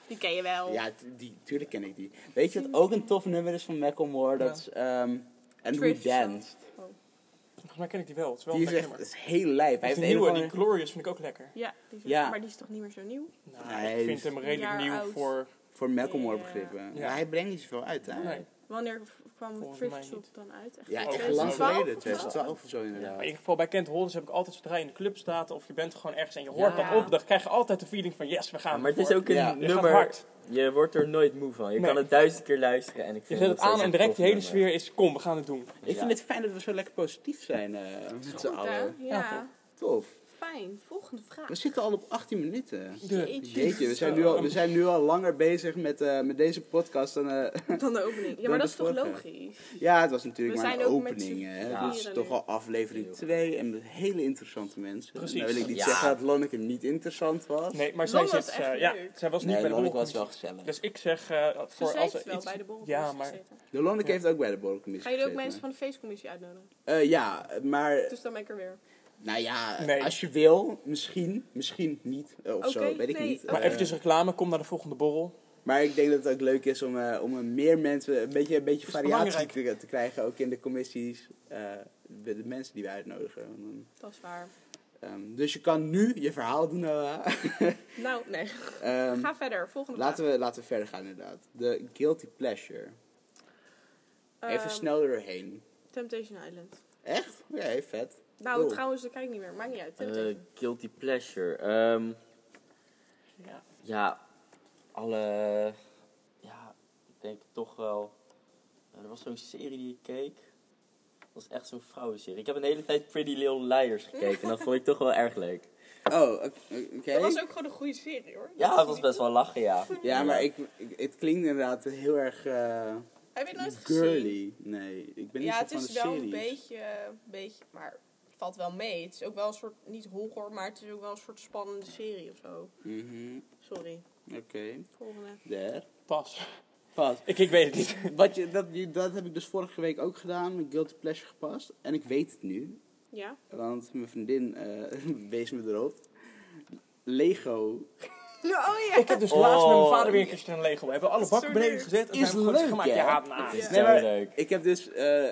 D: Die ken je wel.
F: Ja, t- die, tuurlijk ken ik die. Weet je wat ook een tof nummer is van Macklemore? Dat is ehm And We
D: Thrift Shop.
F: Danced.
C: Volgens mij ken ik die wel. Het is wel
F: Die
C: een
F: is
C: lekker
F: echt
C: nummer.
F: is heel lijp. Hij heeft
C: Die
F: een
C: nieuwe,
F: of
C: die
F: andere-
C: Glorious, vind ik ook lekker.
D: Ja, die is-
F: Ja.
D: maar die is toch niet meer zo nieuw?
C: Nou,
F: Nee,
C: ik
F: die
C: vind
F: is
C: hem
D: een
C: redelijk
D: jaar
C: nieuw
D: oud.
C: voor...
F: Voor Macklemore
D: Ja.
F: begrippen.
C: Ja.
F: Maar hij brengt niet zoveel uit, hè?
C: Nee.
D: Wanneer v- kwam
C: Volgens
D: Thrift
C: mij
D: Shop
C: niet.
D: dan uit? Echt
F: Ja,
D: in
F: echt
D: 2012
F: lang
D: of zo?
F: geleden. 2012 of zo,
C: Maar
F: inderdaad.
C: in ieder geval bij Kent Holders heb ik altijd zodra je in de club staat of je bent gewoon ergens en je hoort
E: Ja.
C: dat op, dan krijg je altijd de feeling van yes, we gaan.
E: Maar het is
C: ervoor.
E: ook een
F: Ja.
C: Je gaat
E: nummer,
C: hard.
E: je wordt er nooit moe van. Je
C: Nee.
E: kan het duizend keer luisteren en ik
C: Je
E: vind
C: zet het aan
E: steeds
C: en
E: een
C: direct
E: tof
C: die hele
E: nummer.
C: sfeer is kom, we gaan het doen.
F: Ik
E: Ja.
F: vind het fijn dat we zo lekker positief zijn eh met z'n
D: Goed, hè?
F: allen.
D: Ja.
C: Ja,
F: Tof.
D: Fijn, volgende vraag.
F: We zitten al op 18 minuten.
C: De,
D: Jeetje.
F: Jeetje, we zijn nu al, we zijn nu al langer bezig met, eh, met deze podcast dan... eh,
D: Dan de
F: Door
D: opening. Ja, maar
F: de
D: dat is toch
F: vorige.
D: logisch?
F: ja, het was natuurlijk
D: We
F: maar
D: zijn
F: een
D: ook met
F: opening.
D: z'n
F: Hè?
D: vieren
F: Dit is
D: nu.
F: toch al aflevering 2 en met hele interessante mensen.
C: Precies.
F: Nou wil ik niet
E: Ja.
F: zeggen dat Lonneke niet interessant was.
C: nee, maar zij,
D: Lon was
C: zit,
D: echt
C: eh, ja,
D: leuk.
C: zij was niet
F: Nee,
C: bij de
F: Lonneke was
C: borrelcommissie.
F: wel gezellig.
C: Dus ik zeg eh,
D: Ze
C: voor als
D: heeft
C: er
D: wel
C: iets...
D: bij de borrel
C: ja, maar
F: De Lonneke
C: Ja.
F: heeft ook bij de borrelcommissie
D: Ga je er ook
F: gezeten.
D: mensen van de feestcommissie uitnodigen?
F: Eh, ja, maar...
D: Dus dan ben ik er weer.
F: Nou ja,
C: Nee.
F: als je wil, misschien, misschien niet, eh, of
D: Oké,
F: zo, weet ik
D: nee,
F: niet.
D: oké.
C: Maar
F: Eh,
C: eventjes reclame, kom naar de volgende borrel.
F: maar ik denk dat het ook leuk is om, eh, om een meer mensen, een beetje, een beetje
C: Is
F: variatie te,
C: belangrijk.
F: te krijgen, ook in de commissies, eh, bij de mensen die we uitnodigen. Want dan,
D: Dat is waar.
F: ehm, dus je kan nu je verhaal doen, Noah.
D: Nou, nee.
F: Ehm,
D: Ga verder. Volgende
F: laten, we, laten we verder gaan inderdaad. De guilty pleasure.
D: vraag.
F: Even
D: Ehm,
F: snel erheen.
D: Temptation Island.
F: Echt? Oké, vet.
D: Nou,
F: Wow.
D: trouwens, dat kijk ik niet meer. Maakt niet uit.
E: Eh,
D: Temptation.
E: guilty pleasure. Ehm,
C: Ja.
E: ja, alle... Ja, ik denk toch wel... eh, er was zo'n serie die ik keek. Dat was echt zo'n vrouwenserie. Ik heb een hele tijd Pretty Little Liars gekeken. en dat vond ik toch wel erg leuk.
F: Oh, oké. oké.
D: Dat was ook gewoon een goede serie, hoor.
E: Ja, het was best wel lachen, ja.
F: Ja, maar ik, ik- het klinkt inderdaad heel erg eh,
D: Heb je het nooit gezien?
F: girly. Nee, ik ben niet
D: Ja,
F: zo
D: het
F: van
D: is
F: de
D: wel
F: series.
D: een beetje, een beetje, maar het valt wel mee. Het is ook wel een soort, niet horror, maar het is ook wel een soort spannende serie of zo.
F: Mhm,
D: Sorry.
F: Oké,
D: Volgende.
F: daar.
C: Pas.
F: Pas.
C: Ik, ik weet het niet.
F: Wat je, dat, je- dat heb ik dus vorige week ook gedaan, met Guilty Pleasure gepast. En ik weet het nu,
D: Ja?
F: want mijn vriendin eh wees me erop. Lego
D: Oh ja!
C: Ik heb dus laatst met mijn vader weer een keer een Lego. We hebben alle bakken
D: Zo
C: beneden
D: leuk.
C: gezet en
F: Is
C: zijn we
F: leuk,
C: gewoon gemaakt.
F: hè?
C: Ja, nou,
E: Het is
F: Nee,
E: zo
F: maar
E: leuk.
F: Ik heb dus eh,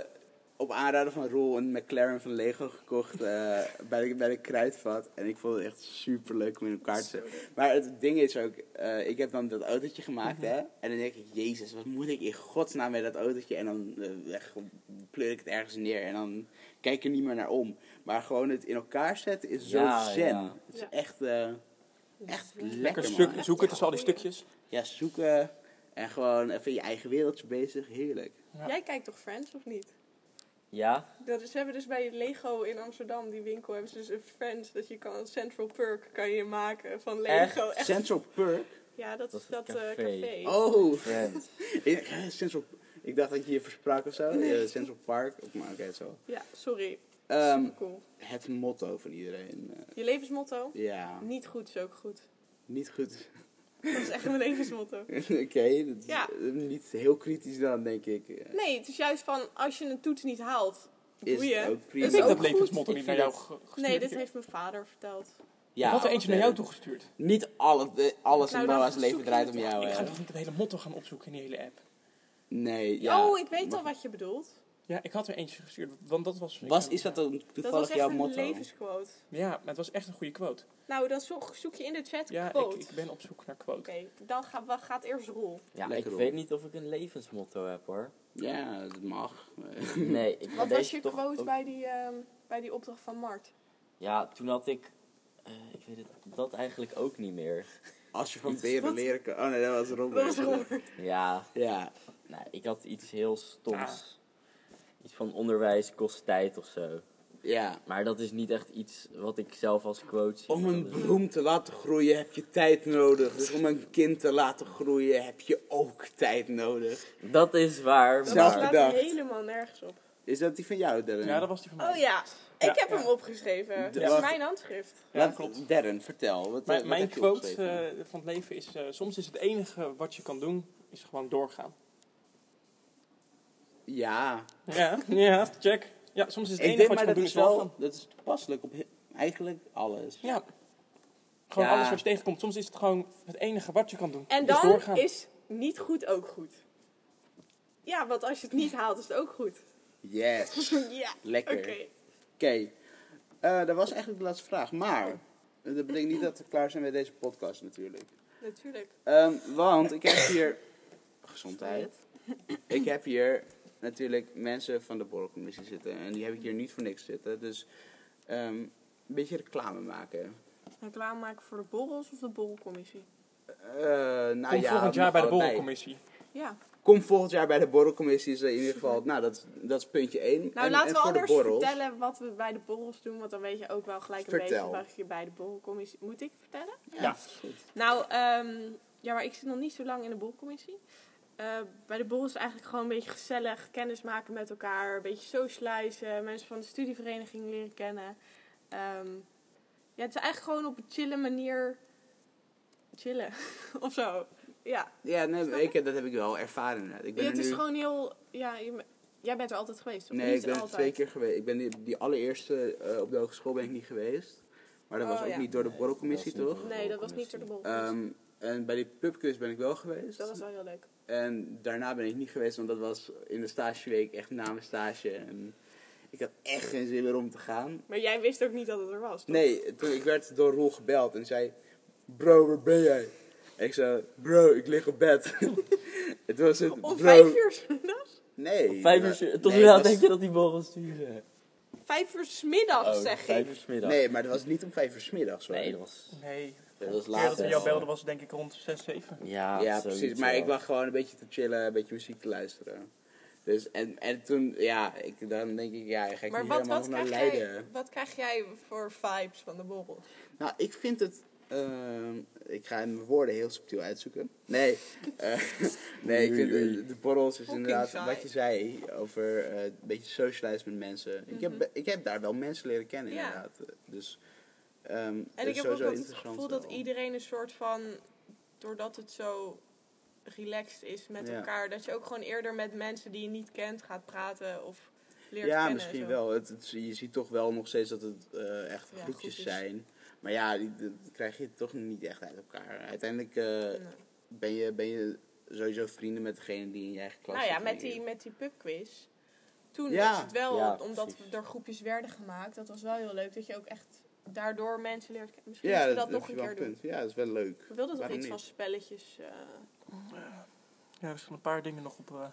F: op aanraden van Roel een McLaren van Lego gekocht eh, bij, de, bij de kruidvat. En ik vond het echt super leuk om in elkaar te zetten. Maar het ding is ook, eh, ik heb dan dat autootje gemaakt hè. En dan denk ik, jezus, wat moet ik in godsnaam met dat autootje? En dan eh, weg- pleur ik het ergens neer en dan kijk ik er niet meer naar om. Maar gewoon het in elkaar zetten is zo
E: Ja,
F: zen.
E: ja.
F: Het is
D: Ja.
F: echt, eh, echt lekker
C: Lekker
F: man.
C: stuk- zoeken tussen al die stukjes.
F: Ja, zoeken en gewoon even in je eigen wereldje bezig. Heerlijk.
D: Jij kijkt toch Friends, of niet?
E: Ja?
D: Dat is, ze hebben dus bij Lego in Amsterdam, die winkel, hebben ze dus een Friends. Dat je kan, een Central Perk kan je maken van Lego. Oh, Echt?
F: Central Perk.
D: Ja, dat
E: Dat
D: is
E: is
D: dat
E: het
D: eh, café.
E: café.
F: Oh,
E: Friends.
F: ik, eh, Central, ik dacht dat je je versprak of zo. Eh, Central Park, Ook maar oké, zo.
D: Ja, sorry.
F: Ehm,
D: Cool.
F: het motto van iedereen. eh,
D: Je levensmotto?
F: ja,
D: Niet goed is ook goed.
F: niet goed.
D: Dat is echt mijn levensmotto.
F: oké, dat is
D: Ja.
F: eh, niet heel kritisch dan, denk ik. Eh,
D: Nee, het is juist van als je een toets niet haalt,
F: Is
D: doe je.
F: het ook prima.
C: Ik
D: Is
C: denk
D: ook
C: dat
D: goed.
C: levensmotto niet naar jou
F: vind
C: ge- gestuurd
D: Nee, dit
C: is.
D: heeft mijn vader verteld.
F: Ja,
C: ik had er eentje naar
F: eh,
C: jou toegestuurd.
F: Niet alles, eh, alles
D: Nou,
F: in
D: dan
F: Boa's
D: zoek
F: leven
D: je
F: draait
D: het
F: om jou.
C: Ik ga
F: hè.
C: toch niet het hele motto gaan opzoeken in die hele app.
F: Nee, ja.
D: Oh, ik weet al wat je bedoelt.
C: Ja, ik had er eentje gestuurd, want dat was...
F: Was,
C: ik-
F: is dat dan
D: Dat was
F: toevallig
D: echt
F: jouw
D: een
F: motto?
D: levensquote.
C: Ja, maar het was echt een goede quote.
D: Nou, dan zoek, zoek je in de chat
C: Ja, ik,
D: quote.
C: ik ben op zoek naar quote.
D: Oké, dan ga- wa- gaat eerst Roel.
E: Ja,
F: Lekker,
E: ik
F: hoor.
E: weet niet of ik een levensmotto heb, hoor.
F: Ja, dat mag.
E: Nee, ik
D: Wat
E: deze
D: was je
E: toch
D: quote
E: ook-
D: bij die, ehm, bij die opdracht van Mart?
E: Ja, toen had ik... eh, ik weet het, dat eigenlijk ook niet meer.
F: Als je van beren leren kan... Oh nee, dat was Robert.
D: Dat was Robert.
E: Ja,
F: Ja,
E: nou, ik had iets heel stoms.
F: Ah.
E: Iets van onderwijs kost tijd of zo.
F: ja.
E: Maar dat is niet echt iets wat ik zelf als quote zie.
F: Om een bloem te laten groeien heb je tijd nodig. Dus om een kind te laten groeien heb je ook tijd nodig.
E: Dat is waar,
D: Dat
F: Zelf
E: maar...
D: slaat
F: bedacht.
D: helemaal nergens op.
F: Is dat die van jou, Darren?
C: Ja, dat was die van mij.
D: Oh ja,
C: Ja,
D: ik heb
C: ja.
D: hem opgeschreven. Het is
F: wacht.
D: mijn handschrift.
C: Ja,
F: Laat-
C: klopt.
F: Darren, vertel. Wat,
C: Mijn,
F: wat
C: mijn
F: heb je
C: quote
F: opgeschreven?
C: eh, van het leven is, eh, soms is het enige wat je kan doen, is gewoon doorgaan.
F: ja,
C: Ja, ja, check. Ja, soms is het
F: ik
C: enige
F: denk
C: wat
F: maar
C: je kan
F: dat
C: doen,
F: is
C: is doorgaan.
F: wel dat is toepasselijk op he- eigenlijk alles.
C: Ja. Gewoon
F: Ja.
C: alles wat je tegenkomt. Soms is het gewoon het enige wat je kan doen.
D: En
C: is
D: dan
C: doorgaan.
D: is niet goed ook goed. Ja, want als je het niet haalt, is het ook goed.
F: Yes. Oké,
D: ja,
F: Lekker.
D: oké.
F: Eh, dat was eigenlijk de laatste vraag. Maar dat betekent niet dat we klaar zijn met deze podcast natuurlijk.
D: Natuurlijk.
F: Ehm, want ik heb hier... Gezondheid. Ik heb hier natuurlijk mensen van de borrelcommissie zitten. En die heb ik hier niet voor niks zitten. Dus ehm, een beetje reclame maken.
D: Reclame maken voor de borrels of de borrelcommissie?
F: Eh nou
C: Kom
F: ja, mag
C: volgend jaar bij de
F: allebei.
C: borrelcommissie.
D: Ja,
F: Kom volgend jaar bij de borrelcommissie. Is eh, in ieder geval, nou, dat, is- dat is puntje 1.
D: Nou,
F: en,
D: laten
F: en
D: we
F: voor de
D: anders
F: borrels.
D: vertellen wat we bij de borrels doen. Want dan weet je ook wel gelijk een
F: Vertel.
D: beetje wat je bij de borrelcommissie... Moet ik vertellen?
C: Ja.
D: Nou, ehm, ja, maar ik zit nog niet zo lang in de borrelcommissie. Eh, bij de borrel is het eigenlijk gewoon een beetje gezellig kennis maken met elkaar. Een beetje socializen. Mensen van de studievereniging leren kennen. Ehm, ja, het is eigenlijk gewoon op een chille manier... Chillen. of zo. Ja.
F: Ja, nee,
D: Snap je?
F: ik, heb- dat heb ik wel ervaren inderdaad. Ik ben
D: Ja,
F: er
D: het is
F: nu...
D: gewoon heel... Ja, je- jij bent er altijd geweest, toch?
F: Nee, ik
D: Niet
F: ben er
D: altijd.
F: twee keer geweest. Ik ben die, die allereerste eh, op de hogeschool ben ik niet geweest. Maar dat
D: Oh,
F: was ook
D: ja.
F: niet door de borrelcommissie,
E: dat was niet
F: toch?
E: door
D: Nee, dat was niet door de borrelcommissie.
F: Ehm, en bij die pubquiz ben ik wel geweest.
D: dat was wel heel leuk.
F: En daarna ben ik niet geweest, want dat was in de stageweek echt na mijn stage. En ik had echt geen zin meer om te gaan.
D: Maar jij wist ook niet dat het er was. toch?
F: Nee, toen, ik werd door Roel gebeld en zei... Bro, waar ben jij? En ik zei, bro, ik lig op bed. het was het,
D: Om
F: bro...
D: vijf uur 's middags?
F: Nee.
E: Vijf
F: maar-
E: uur, tot
F: nee,
E: hoe laat
F: het was-
E: denk je dat die borrels duren?
D: Vijf uur 's middags,
E: Oh,
D: zeg
E: vijf
D: ik.
E: uur 's middags.
F: Nee, maar dat was niet om vijf uur 's middags hoor.
E: Nee, dat was...
C: Nee.
F: dat was
C: Ja, dat
F: later.
C: we jou belden was denk ik rond 6, 7.
E: Ja,
F: ja,
E: zoiets
F: precies. Maar
E: wel.
F: ik lag gewoon een beetje te chillen, een beetje muziek te luisteren. Dus, en, en toen, ja, ik, dan denk ik, ja, ga ik
D: Maar
F: niet
D: wat,
F: helemaal
D: wat,
F: nog naar
D: krijg
F: Leiden.
D: jij, wat krijg jij voor vibes van de borrel?
F: Nou, ik vind het. ehm, ik ga mijn woorden heel subtiel uitzoeken. Nee, eh, nee ik vind
E: Oei,
F: eh, de borrels is
D: Fucking
F: inderdaad
D: saai.
F: wat je zei over eh, een beetje socialize met mensen. ik, heb, ik heb daar wel mensen leren kennen,
D: Mhm. Ja.
F: inderdaad. Dus, ehm
D: En
F: is
D: ik heb ook
F: sowieso
D: altijd het
F: interessant
D: gevoel dat
F: wel.
D: iedereen een soort van... Doordat het zo relaxed is met
F: Ja.
D: elkaar... Dat je ook gewoon eerder met mensen die je niet kent gaat praten of leert
F: Ja,
D: kennen.
F: misschien
D: zo.
F: wel. Het, het- je ziet toch wel nog steeds dat het eh, echt
D: Ja,
F: groepjes
D: groepjes.
F: zijn. Maar ja, die, dat krijg je toch niet echt uit elkaar. Uiteindelijk eh,
D: Nee.
F: ben, je, ben je sowieso vrienden met degene die in je eigen klas
D: Nou ja,
F: zit.
D: met die, met die pubquiz. Toen
F: Ja.
D: is het wel,
E: Ja,
D: omdat we
E: precies.
D: door groepjes werden gemaakt, dat was wel heel leuk. Dat je ook echt daardoor mensen leert kennen. Misschien
F: Ja,
D: moeten
F: dat,
D: we dat,
F: heb
D: nog
F: je
D: een
F: wel
D: keer
F: punt.
D: doen.
F: Ja, dat is wel leuk.
D: We wilden toch
F: Waarom
D: iets van
F: niet?
D: spelletjes eh,
C: Ja, er staan een paar dingen nog op eh,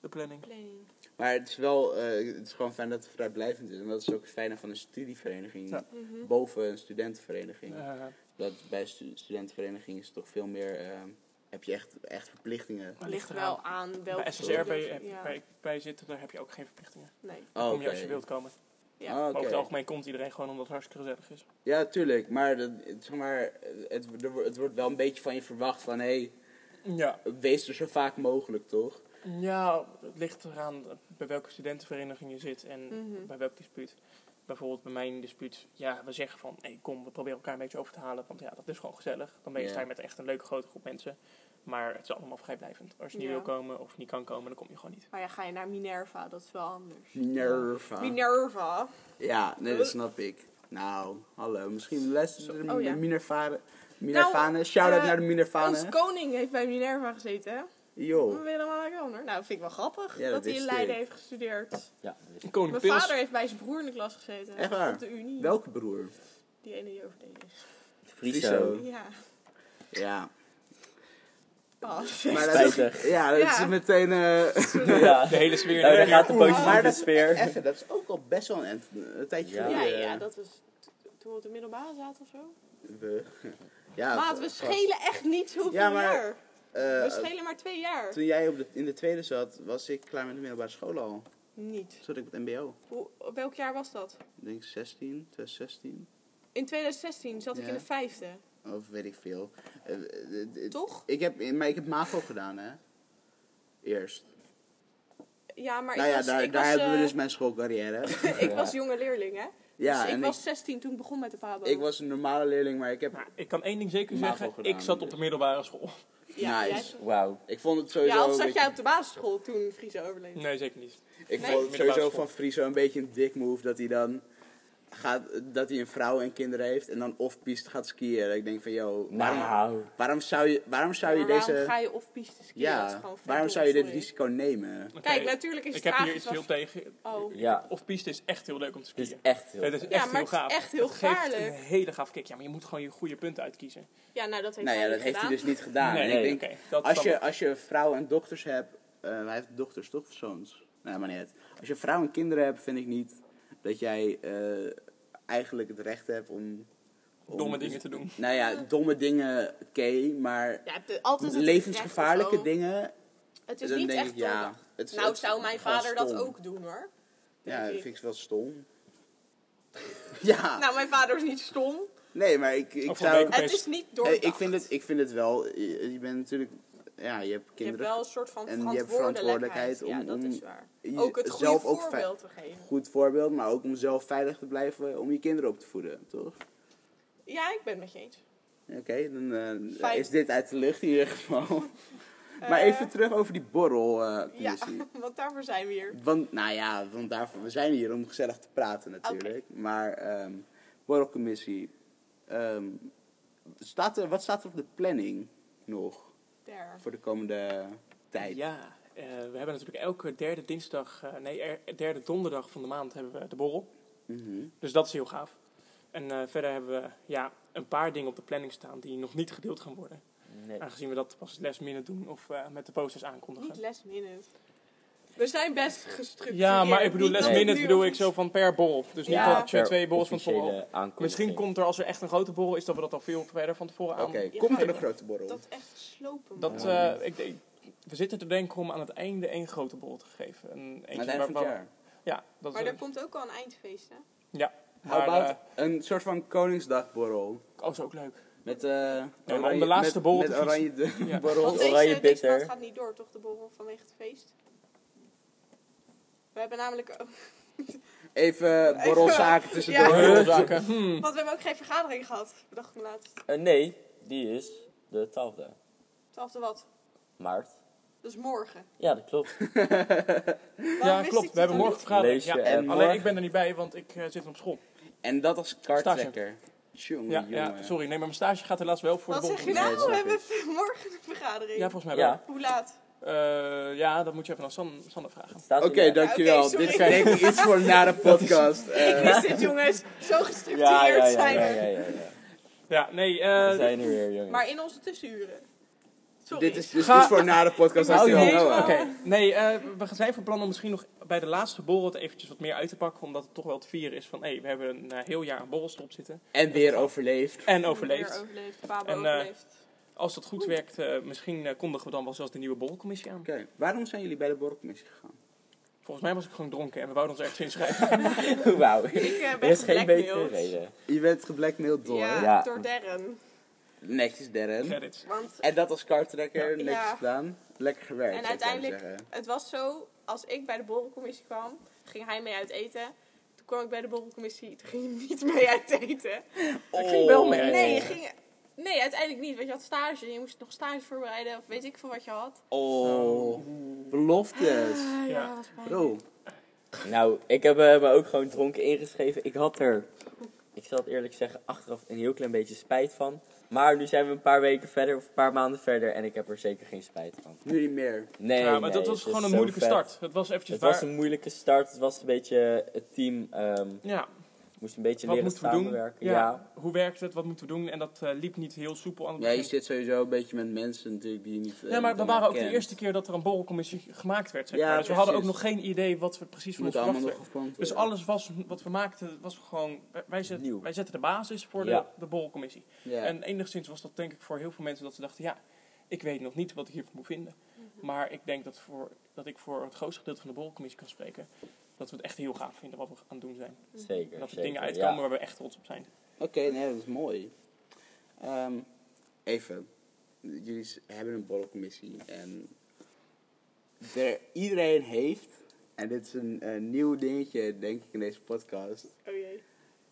C: de planning.
D: planning.
F: Maar het is wel, eh, het is gewoon fijn dat het vrijblijvend is. En dat is ook het fijne van een studievereniging.
C: Ja.
D: Mhm.
F: Boven een studentenvereniging.
C: Eh,
F: Dat bij stu- studentenvereniging is het toch veel meer, eh, heb je echt, echt verplichtingen.
C: ligt
D: Ligt
C: eraan.
D: wel aan welke
C: bij SSR ben je,
D: studie-
C: heb-
D: ja,
C: bij, bij zitten, daar heb je ook geen verplichtingen.
D: nee.
F: Oh,
C: Kom je als je
F: oké.
C: wilt komen.
D: Ja.
F: Ah,
C: Maar over
F: oké.
C: het algemeen komt iedereen gewoon omdat het hartstikke gezellig is.
F: Ja, tuurlijk. Maar, dat, het- zeg maar het, er wo- het wordt wel een beetje van je verwacht van... hé,
C: Ja.
F: wees er zo vaak mogelijk, toch?
C: ja, het ligt eraan bij welke studentenvereniging je zit en
D: Mhm.
C: bij welk dispuut. Bijvoorbeeld bij mijn dispuut, ja, we zeggen van, hey, kom, we proberen elkaar een beetje over te halen, want ja, dat is gewoon gezellig. Dan ben je
F: Ja.
C: daar met echt een leuke grote groep mensen, maar het is allemaal vrijblijvend. Als je niet
D: Ja.
C: wil komen of niet kan komen, dan kom je gewoon niet.
D: Maar ja, ga je naar Minerva, dat is wel anders.
F: Minerva.
D: Minerva?
F: Ja, nee, dat snap ik. Nou, hallo. Misschien luisteren de
D: Oh, ja.
F: Minervaren. Minervanen.
D: Nou,
F: Shout-out
D: eh,
F: naar de
D: Ons
F: Minervanen.
D: koning heeft bij Minerva gezeten, hè? Dat
F: Yo.
D: weet je allemaal lekker hoor. Nou, vind ik wel grappig
F: Ja, dat
D: dat hij in
F: wist
D: Leiden
F: ik.
D: heeft gestudeerd.
E: Ja,
C: Koning
D: Mijn
C: Pils,
D: vader heeft bij zijn broer in de klas gezeten.
F: Echt waar?
D: Op de Unie.
F: Welke broer?
D: Die ene die overleden is.
E: Friso.
D: Ja.
F: Ja.
D: Pas.
F: Maar
E: Spijtig.
F: ja, dat is
D: Ja.
F: meteen... eh,
E: Ja,
C: de hele sfeer in
E: nou,
C: de
E: daar
C: weg.
E: gaat de
F: Maar
E: positieve
F: dat-
E: sfeer.
F: Even, dat is ook al best wel een, een tijdje
E: Ja.
D: Ja,
F: geleden.
D: ja, dat was t- toen we op de middelbare zaten of zo.
F: We, ja,
D: Maat, we
F: vast.
D: schelen echt niet zoveel
F: Ja, maar-
D: jaar.
F: Eh,
D: We schelen maar twee jaar.
F: toen jij op de, in de tweede zat, was ik klaar met de middelbare school al.
D: Niet.
F: Toen zat ik op het mbo.
D: Hoe, op welk jaar was dat?
F: Ik denk 16, 2016.
D: In 2016 zat ik
F: Ja.
D: in de vijfde.
F: Of weet ik veel. Eh, eh, eh, eh,
D: Toch?
F: Ik heb, maar ik heb MAVO gedaan, hè? Eerst.
D: Ja, maar
F: nou
D: ik
F: ja,
D: was,
F: daar,
D: ik
F: daar
D: was,
F: hebben we
D: eh,
F: dus mijn schoolcarrière.
D: ik was jonge leerling, hè?
F: ja,
D: dus ik
F: en
D: was 16 toen ik begon met de pabo.
F: ik, ik was een normale leerling, maar ik heb...
C: Nou, ik kan één ding zeker
F: Mavo
C: zeggen,
F: gedaan,
C: ik zat op de
F: dus.
C: middelbare school.
D: ja,
F: nice.
D: jij-
E: Wauw.
F: Ik vond het sowieso...
D: ja, of
F: een
D: zat
F: beetje-
D: jij op de basisschool toen Friese overleed?
C: Nee, zeker niet.
F: Ik vond het
D: Nee.
F: sowieso
C: Middelbare school.
F: van Friso een beetje een dick move dat hij dan... Gaat, dat hij een vrouw en kinderen heeft en dan off-piste gaat skiën. Dat Ik denk van, yo, waarom,
E: Nou.
F: waarom zou je, waarom zou je
D: Maar waarom
F: deze...
D: ga je off piste skiën? Dat is
F: ja,
D: gewoon vet
F: waarom
D: dom,
F: zou je dit
D: sorry.
F: risico nemen?
C: Oké,
D: Kijk, natuurlijk is het
C: Ik heb hier
D: tragisch
C: iets heel
D: als-
C: tegen.
D: Oh.
E: Ja,
C: Of piste is echt heel leuk om te
E: dit
C: skiën.
E: is echt heel
C: Nee, dat is
E: vet.
C: echt
D: maar
C: heel
D: het is
C: gaaf.
D: echt heel
C: Het geeft
D: gevaarlijk.
C: een hele gaaf kick. Ja, maar je moet gewoon je goede punten uitkiezen.
D: Ja, nou dat heeft
F: Nou
D: hij
F: ja, dat
D: niet
F: heeft hij
D: gedaan.
F: dus niet gedaan.
C: Nee,
F: en
E: nee,
F: ik denk,
C: oké, dat
F: als,
C: snap
F: je,
C: ik.
F: als je vrouw en dochters hebt... eh, hij heeft dochters, toch? Of zoons? Nou, maar niet uit. Als je vrouw en kinderen hebt, vind ik niet dat jij eh, eigenlijk het recht hebt om... om-
C: Domme dingen te doen.
F: Nou ja, domme dingen, oké, maar
D: Ja, je hebt altijd het recht of
F: levensgevaarlijke
D: zo.
F: dingen...
D: Het
F: En
D: is
F: dan
D: niet
F: denk
D: echt
F: ik, ja,
D: handig.
F: het is-
D: Nou,
F: het is
D: zou mijn
F: gewoon
D: vader dat
F: stom.
D: ook doen hoor.
F: Ja, dat
D: ik.
F: vind ik wel stom. ja,
D: Nou, mijn vader is niet stom.
F: nee, maar ik, ik
C: Of
F: zou...
C: een beetje-
D: Het is niet
F: Eh,
D: doordacht.
F: ik, vind het, ik vind het wel... Je, je bent natuurlijk... Ja, je hebt
D: Je hebt
F: kinderen.
D: wel een soort van
F: en je hebt
D: verantwoordelijkheid.
F: verantwoordelijkheid om-
D: ja, dat
F: om
D: is waar.
F: je-
D: Ook het goede
F: zelf ook fe-
D: voorbeeld te geven.
F: Goed voorbeeld, maar ook om zelf veilig te blijven om je kinderen op te voeden, toch?
D: Ja, ik ben het met je eens.
F: Oké, dan eh,
D: Fijn.
F: is dit uit de lucht in ieder geval. maar
D: Eh,
F: even terug over die borrelcommissie.
D: Ja,
F: commissie.
D: want daarvoor zijn we hier.
F: Want, nou ja, want daarvoor, we zijn hier om gezellig te praten natuurlijk. Maar ehm borrelcommissie, ehm, staat er, wat staat er op de planning nog
D: Daar.
F: voor de komende tijd?
C: Ja, eh, we hebben natuurlijk elke derde dinsdag, eh, nee, er- derde donderdag van de maand hebben we de borrel.
F: Mhm.
C: Dus dat is heel gaaf. En eh, verder hebben we ja, een paar dingen op de planning staan die nog niet gedeeld gaan worden.
E: Nee.
C: Aangezien we dat pas last minute doen of eh, met de posters aankondigen.
D: Niet last minute. We zijn best gestructureerd.
C: ja, maar ik bedoel
D: Niet
C: last
D: dat
C: minute
D: nu
C: bedoel
D: of
C: ik
D: iets-
C: zo van per bol. Dus niet
D: Ja.
C: dat je twee bols van
E: Officiële
C: tevoren...
E: aankondiging.
C: Misschien komt er als er echt een grote bol is dat we dat al veel verder van tevoren
F: Oké,
C: aan...
F: komt er
D: Ja.
F: een grote borrel?
D: Dat echt slopen.
C: Dat,
D: man.
C: eh, ik, denk- we zitten er denk ik om aan het einde één grote bol te geven. Een, eentje
F: Aan het eind van het
C: waar-
F: jaar.
C: Ja, dat
D: maar
C: is
D: er komt ook al een eindfeest, hè?
C: Ja.
F: How
C: maar,
F: about een soort van Koningsdagborrel?
C: eh, oh, is ook leuk.
F: Met, eh
C: om
F: oranje-
C: de laatste
F: met-
C: borrel
F: met
C: te fietsen.
F: oranje de-
C: Ja.
F: borrel.
D: Want deze,
E: oranje
D: eh, deze
E: bitter.
D: maand gaat niet door, toch? De borrel vanwege het feest. We hebben namelijk... ook-
F: Even borrelzaken tussendoor.
D: Ja.
C: Borrelzaken. Hmm.
D: Want we hebben ook geen vergadering gehad, bedacht ik me laatst.
E: Eh, nee, die is de 12e
D: Twaalfde wat?
E: maart.
D: Dus morgen.
E: Ja, dat klopt.
C: Ja,
D: Waarom wist ik
C: klopt.
D: dit
C: We hebben
D: dan
C: morgen
D: niet?
C: vergadering.
E: Lees je
C: Ja.
E: en
C: Alleen
E: morgen.
C: ik ben er niet bij, want ik eh, zit op school.
F: En dat als kartrekker. Tjonge,
C: Ja, ja,
F: jonge.
C: sorry. Nee, maar mijn stage gaat helaas wel voor
D: Wat
C: de bol.
D: zeg je
F: Nee,
D: nou?
F: snap
D: We
F: ik.
D: hebben morgen een vergadering.
C: Ja, volgens mij wel.
E: Ja.
D: Hoe laat?
C: Eh, ja, dat moet je even aan San- Sander vragen.
E: Staat
F: Oké,
E: in de-
F: dankjewel.
D: Oké, sorry.
F: Dit is denk ik iets voor na de podcast. Eh,
D: Ik wist dit, jongens. Zo gestructureerd
E: Ja, ja, ja,
D: zijn we.
E: ja, ja, ja, ja.
C: Ja, nee.
E: We
C: eh
E: zijn er weer, jongens.
D: Maar in onze tussenuren. Sorry.
F: dit is dus
C: Ga-
F: iets voor na de podcast.
D: Hou Oh, je
F: dankjewel,
D: mond.
E: Oh,
F: Noah.
C: Oké, nee, eh, we zijn van plan om misschien nog bij de laatste borrel het eventjes wat meer uit te pakken. Omdat het toch wel het vieren is van, hé, we hebben een eh, heel jaar aan borrelstop zitten.
F: En weer overleefd.
C: En
D: Weer
C: overleefd.
D: overleefd. Pabo
C: En, eh,
D: overleefd.
C: Als dat goed werkt, eh, misschien eh, kondigen we dan wel zelfs de nieuwe borrelcommissie aan.
F: Oké, waarom zijn jullie bij de borrelcommissie gegaan?
C: Volgens mij was ik gewoon dronken en we wouden ons ergens inschrijven.
E: Wauw.
D: Ik eh,
E: Er
D: ben
E: is geen betere
D: geblackmailed.
E: reden.
F: Je bent geblackmailed door.
D: Ja,
E: Ja.
D: door Darren.
F: Netjes Darren.
C: Credits.
D: Want
F: En dat als kartrekker.
D: Ja.
F: Netjes
D: Ja.
F: gedaan. Lekker gewerkt.
D: En
F: zou ik bijna
D: uiteindelijk-
F: zeggen.
D: het was zo, als ik bij de borrelcommissie kwam, ging hij mee uit eten. Toen kwam ik bij de borrelcommissie, toen ging hij niet mee uit eten.
C: Ik ging wel
E: Oh,
C: mee.
D: Nee, je ging, nee, uiteindelijk niet, want je had stage. Je moest nog stage voorbereiden of weet ik veel wat je had.
F: Oh, beloftes. Oh,
C: Ja.
D: was pijn.
F: Bro,
E: Nou, ik heb eh, me ook gewoon dronken ingeschreven. Ik had er, ik zal het eerlijk zeggen, achteraf een heel klein beetje spijt van. Maar nu zijn we een paar weken verder, of een paar maanden verder, en ik heb er zeker geen spijt van.
F: nu niet meer.
E: Nee,
C: ja, maar
E: nee,
C: dat
E: het
C: was
E: is
C: gewoon een
E: zo
C: moeilijke
E: vet.
C: start. Het was eventjes
E: Het was
C: waar-
E: een moeilijke start. Het was een beetje, het team ehm,
C: Ja,
E: moest een beetje
C: wat
E: leren
C: moeten we doen? Ja.
E: samenwerken. Ja.
C: Hoe werkt het? Wat moeten we doen? En dat eh, liep niet heel soepel aan het
F: Ja, je
C: begin.
F: zit sowieso een beetje met mensen natuurlijk die je niet. eh,
C: Ja, maar we
F: allemaal
C: waren ook de
F: kent.
C: eerste keer dat er een borrelcommissie gemaakt werd. Zeg
F: Ja,
C: maar. Dus we hadden ook
F: precies.
C: nog geen idee wat we precies
F: Het
C: van
F: moet
C: ons
F: allemaal
C: verwacht
F: nog
C: werden.
F: gevormd
C: Dus
F: worden.
C: alles was, wat we maakten was gewoon. wij- Wij, zet-
E: Nieuw.
C: wij zetten de basis voor de,
E: Ja.
C: de borrelcommissie.
F: Ja.
C: En enigszins was dat denk ik voor heel veel mensen dat ze dachten: ja, ik weet nog niet wat ik hiervan moet vinden. Maar ik denk dat, voor, dat ik voor het grootste gedeelte van de borrelcommissie kan spreken. Dat we het echt heel gaaf vinden wat we aan het doen zijn.
E: Zeker,
C: Dat er
E: zeker,
C: dingen
E: ja.
C: uitkomen waar we echt trots op zijn.
F: Oké, nee, dat is mooi. Ehm, even. Jullie s- hebben een borrelcommissie en er, iedereen heeft, en dit is een, eh, nieuw dingetje denk ik in deze podcast,
D: Oh jee.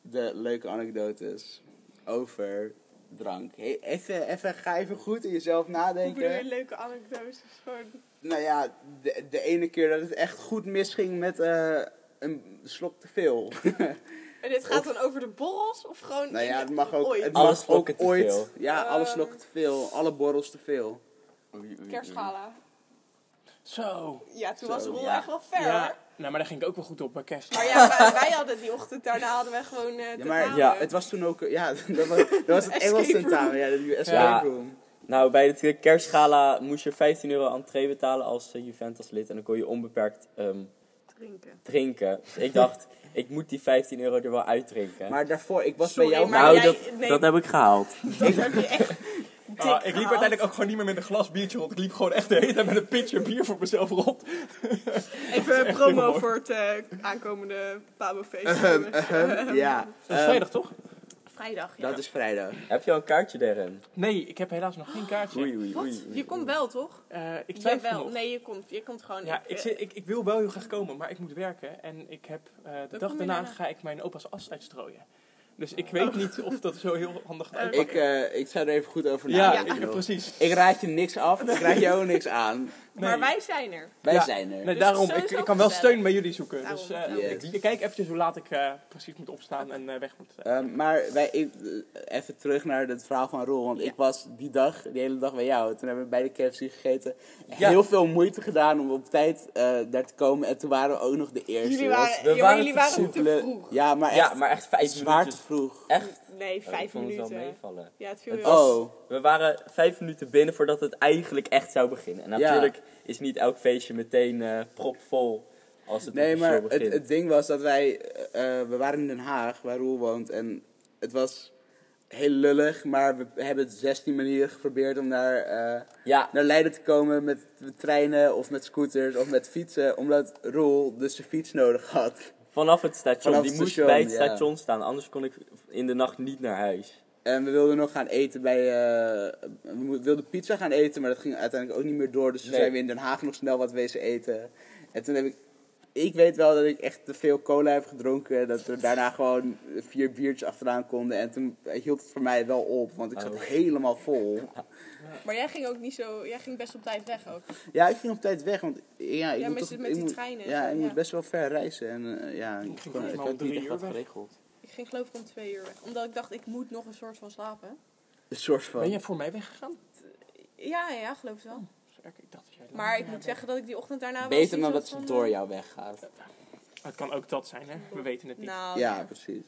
F: de leuke anekdotes over drank. He- even, even, ga even goed in jezelf
D: Hoe bedoel je
F: nadenken.
D: leuke anekdotes? Gewoon...
F: Nou ja, de, de ene keer dat het echt goed misging met eh, een slok te veel.
D: En dit gaat dan over de borrels of gewoon
F: Nou ja,
D: in-
F: het mag ook,
D: ooit?
F: het
E: Alle
F: mag ook
E: slokken te
F: ooit.
E: veel.
F: Ja, alle
D: Ehm.
F: slokken te veel, alle borrels te veel.
D: Kerstgala.
C: Zo.
D: Ja, toen
F: Zo,
D: was de rol
F: ja.
D: echt wel ver hoor.
C: Ja, nou, maar daar ging ik ook wel goed op bij kerst.
D: Maar ja, wij, wij hadden die ochtend daarna hadden wij gewoon eh
F: Ja,
D: tentamen.
F: maar ja, het was toen ook, ja, dat was, dat was het
D: Escape
F: Engels
D: room.
F: tentamen, ja, de escape
E: Ja.
F: room.
E: Nou, bij de kerstgala moest je 15 euro entree betalen als eh, Juventus-lid. En dan kon je onbeperkt ehm,
D: drinken.
E: drinken. Dus ik dacht, ik moet die 15 euro er wel uitdrinken.
F: Maar daarvoor, ik was
D: Sorry,
F: bij jou,
D: maar
E: nou,
D: jij-
E: dat,
D: nee.
E: dat heb ik gehaald.
D: Dat heb je echt dik
C: Ah, ik liep
D: gehaald.
C: uiteindelijk ook gewoon niet meer met een glas biertje rond. Ik liep gewoon echt de hele tijd met een pitcher bier voor mezelf rond.
D: Even
C: echt heel
D: promo
C: mooi.
D: voor het eh, aankomende Pabo-feest.
E: Ehm,
F: Ahem, ahem. ja,
C: Dat is
F: ehm,
C: vrijdag toch?
D: Vrijdag, ja.
F: dat is vrijdag.
E: Heb je al een kaartje daarin?
C: Nee, ik heb helaas nog geen kaartje.
E: Oei, oei,
D: Wat?
E: oei, oei.
D: Je komt wel, toch?
C: Eh, ik twijfel
D: Jawel.
C: nog.
D: Nee, je komt, je komt gewoon. Eh,
C: Ja, ik, zit- ik, ik wil wel heel graag komen, maar ik moet werken. En ik heb, eh, de
D: kom
C: dag
D: je
C: daarna
D: daarna?
C: ga ik mijn opa's as uitstrooien. Dus ik weet niet of dat zo heel handig
D: Eh,
C: uitpakt.
F: Ik, eh, ik zou er even goed over
C: ja,
F: nadenken.
C: ik-
F: joh.
C: precies.
F: Ik raad je niks af, ik raad jou niks aan.
D: Maar
C: nee.
D: wij zijn er.
F: Wij
C: Ja.
F: zijn er.
C: Nee,
D: Dus
C: daarom, ik,
D: sowieso
C: ik kan wel
D: gezellig.
C: steun bij jullie zoeken. dus eh,
D: Daarom,
F: daarom.
C: ik, ik kijk eventjes hoe laat ik eh, precies moet opstaan en eh, weg moet.
F: Ehm, maar wij, ik- eh, even terug naar het verhaal van Roel. Want
D: Ja.
F: ik was die dag, die hele dag bij jou. Toen hebben we bij de KFC gegeten.
E: Ja.
F: Heel veel moeite gedaan om op tijd eh, daar te komen. En toen waren we ook nog de eerste.
D: Jullie
F: Dat was
D: waren,
E: we
D: ja, maar
E: waren
D: jullie
E: te
D: waren te
F: soepele-
D: vroeg.
F: Ja, maar echt,
E: Ja, maar echt vijf
F: zwaar te
E: minuutjes.
F: vroeg.
E: Echt?
D: Nee,
E: Oh,
D: vijf
E: ik vond het wel
D: minuten.
E: meevallen.
D: Ja, het viel heel
F: Oh,
E: We waren vijf minuten binnen voordat het eigenlijk echt zou beginnen. En
F: Ja.
E: natuurlijk is niet elk feestje meteen eh, propvol als het
F: nee,
E: officieel
F: maar het,
E: begint.
F: het ding was dat wij... eh, eh, we waren in Den Haag, waar Roel woont. En het was heel lullig. Maar we hebben 16 manieren geprobeerd om naar... eh,
E: ja,
F: naar Leiden te komen met treinen of met scooters of met fietsen. Omdat Roel dus zijn fiets nodig had.
E: vanaf het station.
F: Vanaf
E: die
F: het
E: moest
F: station,
E: bij het
F: ja.
E: station staan, anders kon ik in de nacht niet naar huis.
F: En we wilden nog gaan eten bij... eh, we mo- wilden pizza gaan eten, maar dat ging uiteindelijk ook niet meer door. Dus toen
E: Nee.
F: zijn we in Den Haag nog snel wat wezen eten. En toen heb ik... Ik weet wel dat ik echt te veel cola heb gedronken. Dat we daarna gewoon vier biertjes achteraan konden. En toen eh, hield het voor mij wel op, want ik zat
E: Oh.
F: helemaal vol.
D: erg. Maar jij ging ook niet zo. Jij ging best op tijd weg ook.
F: Ja, ik ging op tijd weg, want ja, ik
D: Ja,
F: moet
D: met-
F: toch-
D: met
F: ik
D: die
F: moet-
D: treinen en
F: Ja,
D: zo,
F: ik
D: ja.
F: moet best wel ver reizen. En eh, ja, ik,
C: volgens
F: kon-
C: mij
F: ik
C: om
F: had niet
C: drie
F: echt
C: uur
F: wat
C: weg.
F: geregeld.
D: Ik ging geloof ik om twee uur weg. Omdat ik dacht, ik moet nog een soort van slapen.
F: Een soort van.
C: Ben jij voor mij weggegaan?
D: Ja, ja, geloof ik wel.
C: Ik dacht dat jij
D: Maar ik moet zeggen dat ik die ochtend daarna. wel
F: Beter
D: zoiets
F: dan
D: had
F: dat ze
D: van,
F: door
D: eh,
F: jou weggaat.
C: Het kan ook dat zijn, hè? We weten het niet.
D: Nou,
F: Ja,
D: ja.
F: precies.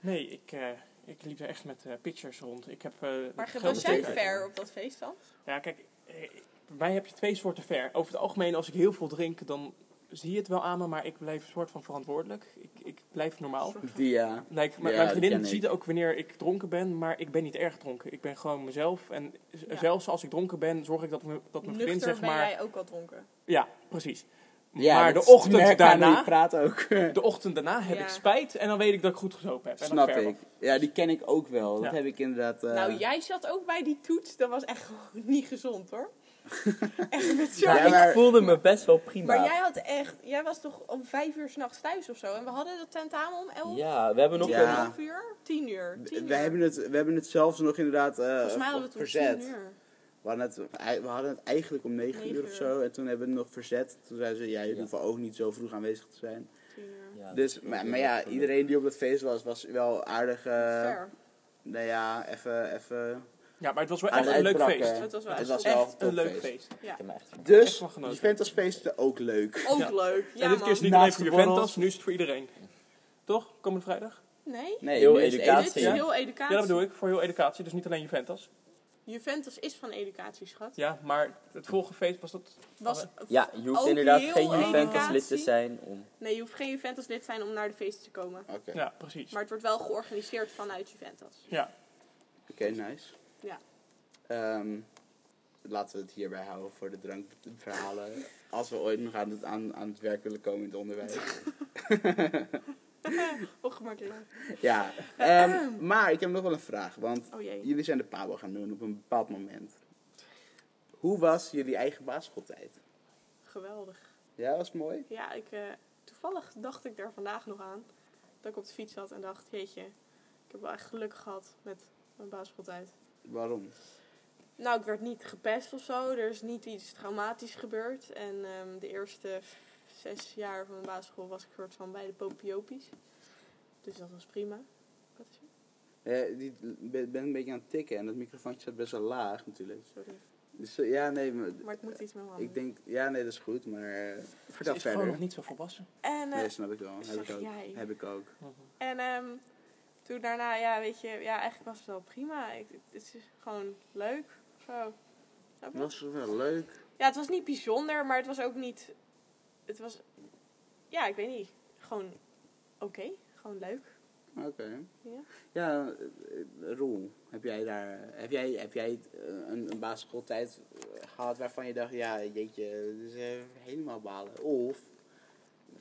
C: Nee, ik, eh, ik liep er echt met eh pitchers rond. Ik heb, eh,
D: Maar
C: geld
D: was jij
C: betaald.
D: ver op dat feest dan?
C: Ja, kijk, eh, bij mij heb je twee soorten ver. Over het algemeen, als ik heel veel drink, dan zie je het wel aan me, maar ik blijf een soort van verantwoordelijk. Ik, ik blijf normaal.
F: Die ja.
C: Like, m-
F: Ja,
C: mijn
F: dat ken
C: vriendin
F: ik.
C: ziet ook wanneer ik dronken ben, maar ik ben niet erg dronken. Ik ben gewoon mezelf. En z-
D: Ja.
C: zelfs als ik dronken ben, zorg ik dat, me, dat mijn vriendin
D: Nuchter
C: zeg
D: ben
C: maar...
D: jij ook al dronken.
C: Ja, precies.
F: ja
C: maar
F: dat
C: de ochtend
F: merk aan hoe
C: daarna,
F: Je praat ook.
C: de ochtend daarna heb
D: Ja.
C: ik spijt en dan weet ik dat ik goed gezopen heb. En
F: Snap
C: dat ver
F: ik. Ja, die ken ik ook wel. Dat
C: Ja.
F: heb ik inderdaad. eh,
D: Nou, jij zat ook bij die toets. Dat was echt gewoon niet gezond hoor. echt met zo'n
E: Ja,
F: Ja, maar-
E: ik voelde me best wel prima.
D: Maar jij had echt, jij was toch om vijf uur s'nachts thuis of zo? En we hadden dat tentamen om elf,
E: Ja, we hebben nog
F: Ja.
E: een...
D: elf uur? Tien uur. Tien
F: we,
D: uur.
F: hebben het, we hebben het zelfs nog inderdaad eh
D: Volgens mij hadden we toen
F: verzet.
D: tien uur.
F: We hadden, het, we hadden het eigenlijk om 9
D: Negen
F: uur of
D: uur.
F: zo. En toen hebben we het nog verzet. Toen zeiden ze, ja, jullie
E: Ja.
F: hoeven ook niet zo vroeg aanwezig te zijn.
D: Tien uur.
E: Ja,
F: dus, maar, maar ja, iedereen die op dat feest was, was wel aardig. eh,
D: Ver.
F: nou ja, even. even
C: Ja, maar het was wel
F: aan
C: echt
F: het
C: een leuk
F: uitbraken.
C: feest.
D: Het was wel
F: Het
D: echt
F: was
D: een
F: wel
C: Echt een leuk feest.
E: Ik heb me echt-
F: Dus,
C: Echt van genoten.
F: die Ventasfeesten ook leuk.
D: Ook
C: Ja.
D: leuk. Ja,
C: en dit keer is het niet
D: man.
F: Naast
C: alleen
F: de
C: voor Juventus,
F: borrels.
C: nu is het voor iedereen. Toch? Komende vrijdag?
D: Nee?
F: Nee,
E: Heel
F: nu is het
E: educatie.
D: Dit is
E: Ja.
D: heel
C: Ja,
D: educatie.
C: dat bedoel ik. Voor heel educatie, dus niet alleen Juventus.
D: Juventus is van educatie, schat.
C: Ja, maar het volgende feest was dat...
D: Was,
E: Ja, je hoeft
D: ook
E: inderdaad
D: heel
E: geen Juventus-lid te
D: educatie.
E: zijn om...
D: Nee, je hoeft geen Juventus lid te zijn om naar de feesten te komen.
F: Oké,
C: Ja, precies.
D: Maar het wordt wel georganiseerd vanuit Juventus.
C: Ja.
F: Oké, nice.
D: Ja.
F: Ehm, laten we het hierbij houden voor de drankverhalen. Als we ooit nog aan het, aan, aan het werk willen komen in het onderwijs.
D: Ongemakkelijk.
F: ja, ehm, maar ik heb nog wel een vraag. Want
D: Oh jee.
F: jullie zijn de Pabo gaan doen op een bepaald moment. Hoe was jullie eigen basisschooltijd?
D: Geweldig.
F: Ja, was mooi.
D: Ja, ik, eh, toevallig dacht ik daar vandaag nog aan. Dat ik op de fiets zat en dacht, jeetje, ik heb wel echt geluk gehad met mijn basisschooltijd.
F: Waarom?
D: Nou, ik werd niet gepest of zo. Er is niet iets traumatisch gebeurd. En ehm, de eerste f- zes jaar van mijn basisschool was ik soort van bij de popiopies. Dus dat was prima. Wat is er?
F: Eh, die, ben, ben een beetje aan het tikken en dat microfoontje staat best wel laag natuurlijk.
D: Sorry.
F: Dus eh, ja, nee, maar,
D: Maar ik moet iets met mijn handen.
F: ik denk, ja, nee, dat is goed, maar eh,
C: Ze
F: vertel
C: is gewoon
F: verder.
C: nog niet zo volwassen.
D: En, eh,
F: Nee, snap ik wel. Heb
D: zeg
F: ik ook.
D: jij.
F: Heb ik ook.
D: En ehm, toen daarna, ja, weet je, ja, eigenlijk was het wel prima. Ik, het is gewoon leuk. Zo. Snap je?
F: Dat was wel leuk.
D: Ja, het was niet bijzonder, maar het was ook niet. Het was. Ja, ik weet niet. Gewoon oké. Gewoon leuk.
F: Oké.
D: Ja.
F: Ja, eh, Roel, heb jij daar, heb jij, heb jij eh, een, een basisschooltijd eh, gehad waarvan je dacht, ja, jeetje, dit is eh, helemaal balen. Of,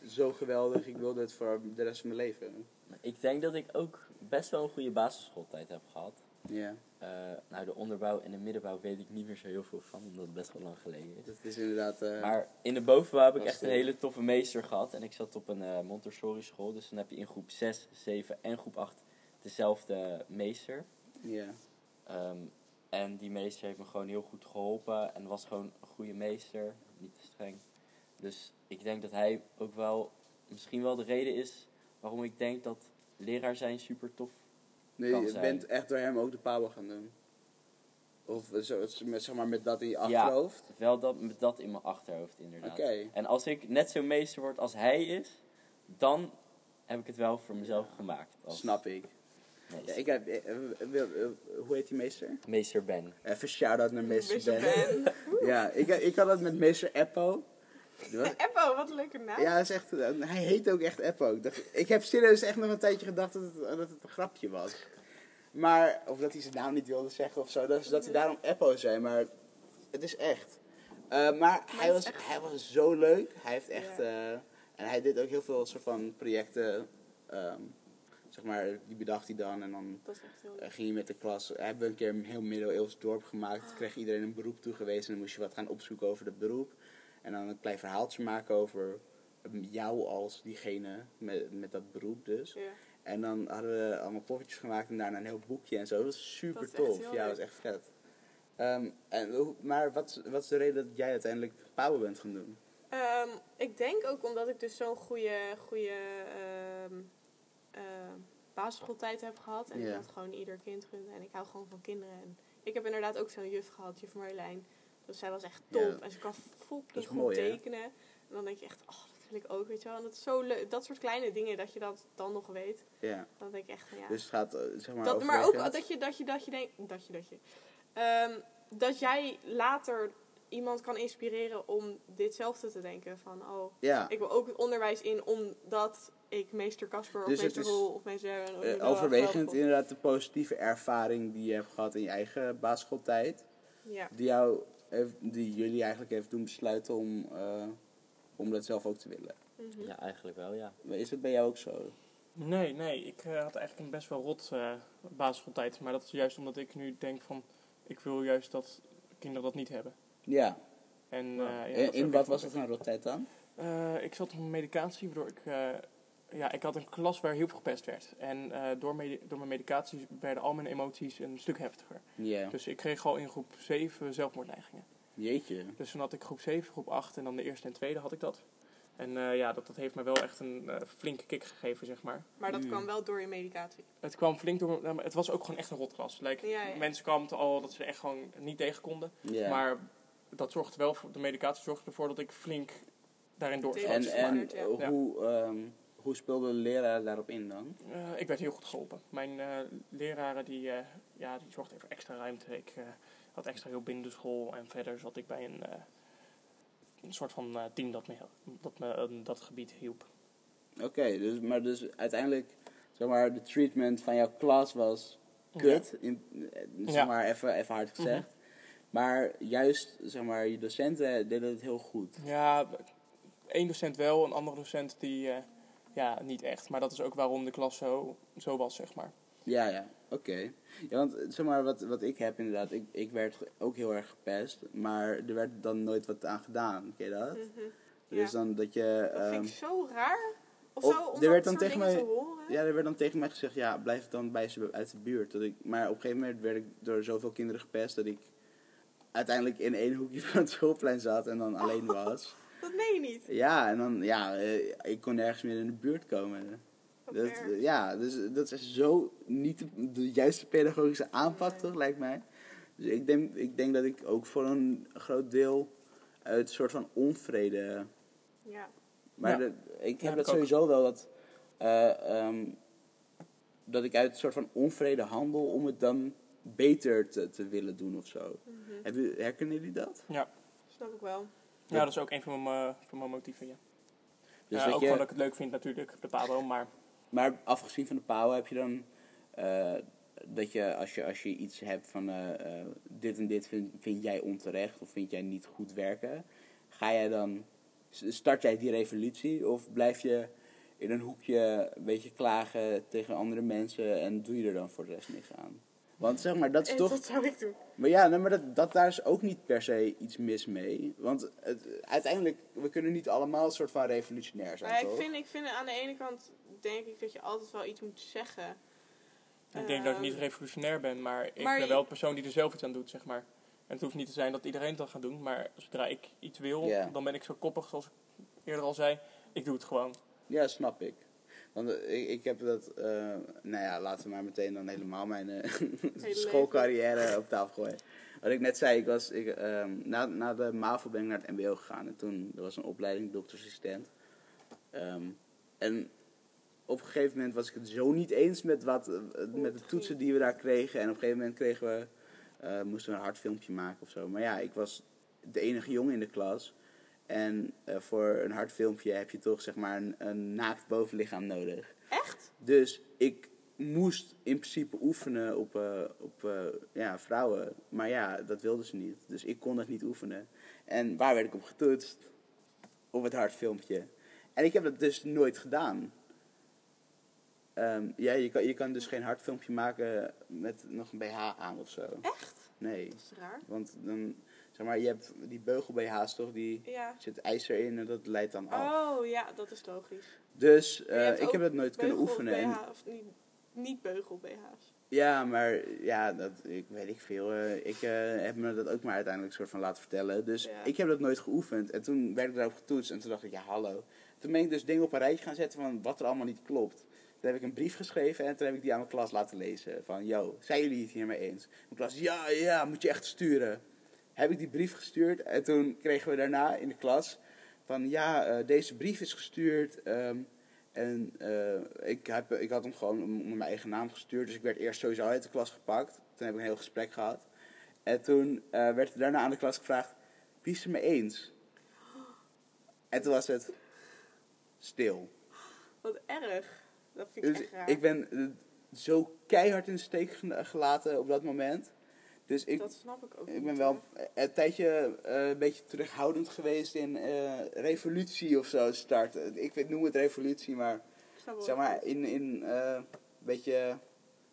F: zo geweldig, ik wil dit voor de rest van mijn leven.
E: Ik denk dat ik ook best wel een goede basisschooltijd heb gehad.
F: Ja,
E: Eh, nou, de onderbouw en de middenbouw weet ik niet meer zo heel veel van, omdat het best wel lang geleden is.
F: dat is inderdaad... eh,
E: Maar in de bovenbouw heb ik
F: Dat
E: echt
F: is
E: een
F: de-
E: hele toffe meester gehad. En ik zat op een eh, Montessori school. Dus dan heb je in groep 6, 7 en groep 8 dezelfde meester.
F: Ja,
E: Ehm, en die meester heeft me gewoon heel goed geholpen. En was gewoon een goede meester. Niet te streng. Dus ik denk dat hij ook wel misschien wel de reden is waarom ik denk dat leraar zijn super tof.
F: nee,
E: Kan
F: je
E: zijn.
F: bent echt door hem ook de power gaan doen. Of eh, zo, met, zeg maar met dat in je
E: Ja.
F: achterhoofd.
E: Wel dat, met dat in mijn achterhoofd inderdaad.
F: Oké.
E: En als ik net zo meester word als hij is, dan heb ik het wel voor mezelf gemaakt. Als
F: Snap ik. Ja,
E: meester.
F: ik heb, eh, eh, wil- eh, hoe heet die meester? Eh,
E: Meester Ben.
F: Even shout-out naar meester
D: Meester
F: Ben. ja, ik, ik had dat met meester Eppo. Die was-
D: Eppo, wat een leuke naam.
F: Ja, dat is echt, eh, hij heet ook echt Eppo. Ik, dacht, ik heb serieus echt nog een tijdje gedacht dat het, dat het een grapje was. Maar, of dat hij zijn naam niet wilde zeggen of zo, dat, dat hij daarom Eppo zei, maar het is echt. Eh, maar hij
D: het
F: was,
D: is echt-
F: hij was zo leuk. Hij heeft echt,
D: Ja.
F: eh, en hij deed ook heel veel soort van projecten, ehm, zeg maar, die bedacht hij dan en dan
D: Dat is echt heel
F: eh,
D: leuk.
F: ging je met de klas. Hebben we een keer een heel middeleeuws dorp gemaakt. Toen kreeg iedereen een beroep toegewezen. En dan moest je wat gaan opzoeken over dat beroep. En dan een klein verhaaltje maken over mm, jou als diegene met, met dat beroep dus.
D: Ja.
F: En dan hadden we allemaal poffertjes gemaakt en daarna een heel boekje en zo. Dat was super
D: Dat is echt
F: tof.
D: heel
F: ja, dat was
D: leuk.
F: echt vet. Ehm, en, hoe- maar wat, is- wat is de reden dat jij uiteindelijk Power bent gaan doen?
D: Ehm, ik denk ook omdat ik dus zo'n goede, goede ehm, eh, basisschooltijd heb gehad. En
F: Ja.
D: ik had gewoon ieder kind gunnen. En ik hou gewoon van kinderen. En ik heb inderdaad ook zo'n juf gehad, juf Marjolein. Dus zij was echt top.
F: Ja.
D: En ze kan
F: Dat
D: fucking
F: is
D: goed
F: mooi, hè?
D: tekenen. En dan denk je echt, oh, dat wil ik ook, weet je wel. En dat is zo leuk. Dat soort kleine dingen, dat je dat dan nog weet.
F: Ja,
D: Dan denk ik echt, van, ja.
F: dus het gaat eh, zeg maar
D: dat,
F: over
D: maar
F: dat
D: ook
F: geld.
D: dat je, dat je, dat je denkt, dat je, dat je. Ehm, dat jij later iemand kan inspireren om ditzelfde te denken. Van, oh,
F: Ja,
D: ik wil ook het onderwijs in omdat ik meester Casper of
F: Dus het
D: meester
F: is,
D: Roel of meester... of
F: Eh,
D: meester-
F: overwegend
D: of-
F: inderdaad de positieve ervaring die je hebt gehad in je eigen basisschooltijd.
D: Ja,
F: Die, jou heeft, die jullie eigenlijk heeft doen besluiten om, eh, om dat zelf ook te willen.
C: Mhm.
E: Ja, eigenlijk wel, ja.
F: Maar Is het bij jou ook zo?
C: Nee, nee. Ik eh, had eigenlijk een best wel rot eh basisschooltijd. Maar dat is juist omdat ik nu denk van... Ik wil juist dat kinderen dat niet hebben.
F: Ja.
C: En, eh, ja, dat is
F: in
C: ook
F: in
C: echt
F: wat
C: wel-
F: was het een rottijd dan?
C: Eh, ik zat op mijn medicatie, waardoor ik... eh, ja, ik had een klas waar heel veel gepest werd. En eh, door, medi- door mijn medicatie werden al mijn emoties een stuk heftiger.
F: Ja.
C: Dus ik kreeg al in groep 7 zelfmoordneigingen.
F: Jeetje.
C: Dus toen had ik groep 7, groep 8 en dan de eerste en tweede had ik dat. En eh, ja, dat, dat heeft me wel echt een eh, flinke kick gegeven, zeg maar.
D: maar dat
F: Mm.
D: kwam wel door je medicatie.
C: Het kwam flink door. nou, maar Het was ook gewoon echt een rotklas. Like,
D: Ja, ja.
C: Mensen kwamen het al dat ze er echt gewoon niet tegen konden.
F: Ja.
C: Maar dat zorgde wel voor, de medicatie zorgde ervoor dat ik flink daarin doorzat.
F: en
D: dat is
F: en
D: gebeurd, ja.
F: eh, hoe, ehm, hoe speelde de leraar daarop in dan?
C: Eh, ik werd heel goed geholpen. Mijn eh, leraren die, eh, ja, die zorgden even extra ruimte. Ik eh, had extra heel binnen de school. En verder zat ik bij een, eh, een soort van eh, team dat me, dat me eh, dat gebied hielp.
F: Oké, dus, maar dus uiteindelijk, zeg maar, de treatment van jouw klas was kut, in, eh, zeg
C: Ja.
F: maar, even, even hard gezegd. Maar juist, zeg maar, je docenten deden het heel goed.
C: Ja, één docent wel, een andere docent die eh, ja, niet echt. Maar dat is ook waarom de klas zo, zo was, zeg maar.
F: Ja, ja, oké. Ja, want eh, zeg maar, wat, wat ik heb inderdaad, ik, ik werd ge- ook heel erg gepest, maar er werd dan nooit wat aan gedaan, ken je dat? Dus
D: Mhm. Ja.
F: dan dat je...
D: Dat
F: ehm,
D: vind ik zo raar. Of,
F: of-
D: zo, om
F: er
D: dat
F: werd dan
D: soort
F: tegen
D: dingen
F: mij-
D: te horen.
F: ja, er werd dan tegen mij gezegd, ja, blijf dan bij ze uit de buurt. Dat ik, maar op een gegeven moment werd ik door zoveel kinderen gepest dat ik uiteindelijk in één hoekje van het schoolplein zat en dan alleen was.
D: Dat meen je niet.
F: Ja, en dan, ja, eh, ik kon nergens meer in de buurt komen.
D: Wat
F: Dat,
D: erg.
F: ja, dus dat is zo niet de, de juiste pedagogische aanpak, toch, lijkt mij. Dus ik denk, ik denk dat ik ook voor een groot deel uit een soort van onvrede
D: Ja.
F: maar
C: Ja.
F: dat- ik heb
C: ik
F: dat
C: ook.
F: sowieso wel dat. eh, ehm, dat ik uit een soort van onvrede handel om het dan beter te, te willen doen of zo.
D: Mhm.
F: Heb je- herkennen jullie dat?
C: Ja,
D: Snap ik wel.
C: ja dat is ook een van mijn, eh, van mijn motieven, ja.
F: Dus
C: Ja,
F: dat
C: ook
F: je-
C: gewoon dat ik het leuk vind natuurlijk, de pabo, maar
F: Maar afgezien van de pauwen heb je dan eh, dat je als, je als je iets hebt van eh, eh, dit en dit vind, vind jij onterecht of vind jij niet goed werken, ga jij dan, s- start jij die revolutie of blijf je in een hoekje een beetje klagen tegen andere mensen en doe je er dan voor de rest niks aan? Want zeg maar, dat is
D: En
F: toch...
D: Eh, dat zou ik doen.
F: Maar ja, nee, maar dat, dat, daar is ook niet per se iets mis mee. Want het, uiteindelijk, we kunnen niet allemaal een soort van revolutionair zijn,
D: Maar ik
F: toch?
D: vind, ik vind aan de ene kant denk ik dat je altijd wel iets moet zeggen.
C: Ik denk dat ik niet
D: Ehm,
C: revolutionair ben, maar ik
D: maar
C: ben
D: je-
C: wel de persoon die er zelf iets aan doet, zeg maar. En het hoeft niet te zijn dat iedereen het dan gaat doen, maar zodra ik iets wil,
F: Ja.
C: dan ben ik zo koppig zoals ik eerder al zei. Ik doe het gewoon.
F: Ja, snap ik. Want eh, ik, ik heb dat... eh, nou ja, laten we maar meteen dan helemaal mijn eh, schoolcarrière op tafel gooien. Wat ik net zei, ik was, ik, ehm, na, na de MAVO ben ik naar het mbo gegaan. En toen, er was een opleiding doktersassistent. Ehm, en op een gegeven moment was ik het zo niet eens met, wat, eh, met de toetsen die we daar kregen. En op een gegeven moment kregen we, eh, moesten we een hard filmpje maken of zo. Maar ja, ik was de enige jongen in de klas. En eh, voor een hard filmpje heb je toch zeg maar een, een naakt bovenlichaam nodig.
D: Echt?
F: Dus ik moest in principe oefenen op, eh, op eh, ja, vrouwen. Maar ja, dat wilden ze niet. Dus ik kon dat niet oefenen. En waar werd ik op getoetst? Op het hartfilmpje. En ik heb dat dus nooit gedaan. Ehm, ja, je kan, je kan dus geen hartfilmpje maken met nog een BH aan of zo.
D: Echt?
F: Nee.
D: Dat is raar.
F: Want dan, zeg maar, je hebt die beugel BH's toch? Die
D: Ja.
F: zit ijzer in en dat leidt dan af.
D: Oh ja, dat is logisch.
F: Dus
D: Maar je
F: eh,
D: hebt
F: ik
D: ook
F: heb dat nooit kunnen
D: beugel
F: oefenen. En,
D: BH, of niet, niet beugel BH's.
F: ja, maar ja, dat ik, weet ik veel. eh, ik eh, heb me dat ook maar uiteindelijk soort van laten vertellen. Dus
D: Ja.
F: ik heb dat nooit geoefend. En toen werd ik daarop getoetst. En toen dacht ik, ja, hallo. Toen ben ik dus dingen op een rijtje gaan zetten van wat er allemaal niet klopt. Toen heb ik een brief geschreven en toen heb ik die aan mijn klas laten lezen. Van, yo, zijn jullie het hiermee eens? Mijn klas, ja, ja, moet je echt sturen. Heb ik die brief gestuurd en toen kregen we daarna in de klas van, ja, eh, deze brief is gestuurd. ehm, en eh, ik, heb, ik had hem gewoon onder mijn eigen naam gestuurd. Dus ik werd eerst sowieso uit de klas gepakt. Toen heb ik een heel gesprek gehad. En toen eh, werd er daarna aan de klas gevraagd, wie is het mee eens? En toen was het stil.
D: Wat erg. Dat vind ik
F: Dus
D: echt raar.
F: ik ben eh, zo keihard in de steek gena- gelaten op dat moment. Dus ik,
D: dat snap ik ook
F: ik
D: niet,
F: ben wel
D: hoor.
F: een tijdje eh, een beetje terughoudend geweest in eh, revolutie of zo starten. Ik weet, noem het revolutie, maar
D: Ik snap wel
F: zeg maar
D: wat je
F: in, in eh, een beetje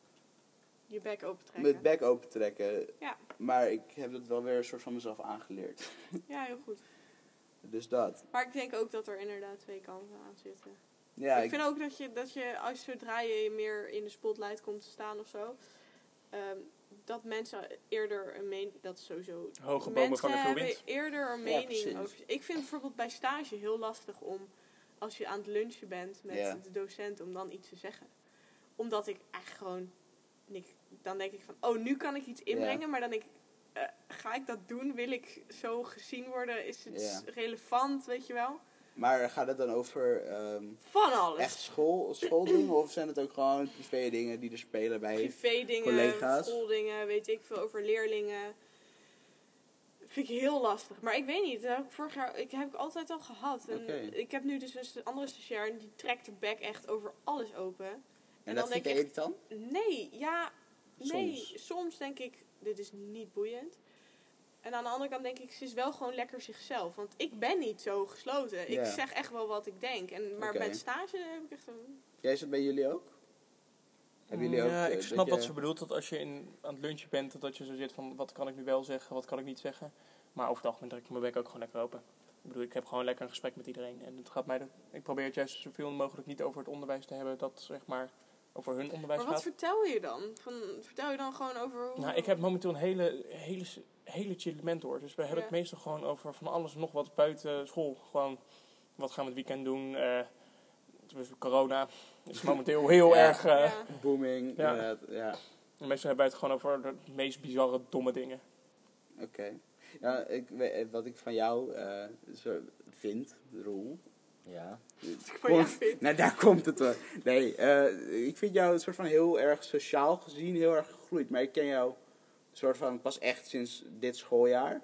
D: bedoelt. Je bek open trekken.
F: met bek open trekken.
D: Ja.
F: Maar ik heb dat wel weer een soort van mezelf aangeleerd.
D: ja, heel goed.
F: Dus dat.
D: Maar ik denk ook dat er inderdaad twee kanten aan zitten.
F: Ja,
D: ik,
F: ik-
D: vind ook dat je, dat je, als zodra je meer in de spotlight komt te staan of zo, ehm, dat mensen eerder een mening, dat is sowieso.
C: Hoge bomen
D: mensen
C: vangen veel
D: hebben
C: wind.
D: eerder een mening
F: precies.
D: over. Ik vind bijvoorbeeld bij stage heel lastig om, als je aan het lunchen bent met
F: Ja.
D: de docent, om dan iets te zeggen. Omdat ik eigenlijk gewoon, niks, dan denk ik van, oh nu kan ik iets inbrengen, maar dan denk ik, eh, ga ik dat doen? Wil ik zo gezien worden? Is het
F: Ja.
D: relevant, weet je wel?
F: Maar gaat het dan over ehm,
D: Van alles.
F: echt school, schooldingen of zijn het ook gewoon privé dingen die er spelen bij?
D: privé-dingen,
F: collega's.
D: schooldingen, weet ik veel over leerlingen. Vind ik heel lastig. Maar ik weet niet, dat heb ik vorig jaar ik heb ik altijd al gehad. En
F: Oké.
D: Ik heb nu dus een st- andere stagiair en die trekt de bek echt over alles open.
F: En,
D: dan
F: dat vind
D: denk
F: je
D: ik echt-
F: irritant?
D: Nee, ja, nee.
F: Soms.
D: Soms. denk ik, dit is niet boeiend. En aan de andere kant denk ik, ze is wel gewoon lekker zichzelf. Want ik ben niet zo gesloten.
F: Ja.
D: Ik zeg echt wel wat ik denk. En, maar
F: Oké.
D: bij het stage heb ik echt een...
F: Jij zit bij jullie ook? Hebben jullie ook?
C: ja,
F: eh,
C: ik snap
F: je-
C: wat ze bedoelt, dat als je in, aan het lunchen bent, dat- dat je zo zit van wat kan ik nu wel zeggen, wat kan ik niet zeggen. Maar over het algemeen druk ik mijn bek ook gewoon lekker open. Ik bedoel, ik heb gewoon lekker een gesprek met iedereen. En het gaat mij, er- ik probeer het juist zoveel mogelijk niet over het onderwijs te hebben, dat zeg maar over hun onderwijs
D: Maar
C: gaat.
D: wat vertel je dan? Van, vertel je dan gewoon over... hoe-
C: Nou, ik heb momenteel een hele, hele, hele chill mentor. Dus we hebben het
D: Ja.
C: meestal gewoon over van alles en nog wat buiten school. Gewoon, wat gaan we het weekend doen? eh, dus corona is momenteel heel
F: Ja.
C: erg... eh,
D: Ja.
F: Booming,
C: Ja.
F: ja. ja.
C: en Meestal hebben wij het gewoon over de meest bizarre, domme dingen.
F: Oké. Ja, ik, weet- wat ik van jou eh, zo vind, Roel.
E: Ja.
D: Van jou
F: Komt-
D: vind.
F: nou, daar komt het hoor. Nee, eh, ik vind jou een soort van heel erg sociaal gezien, heel erg gegroeid. Maar ik ken jou soort van pas echt sinds dit schooljaar.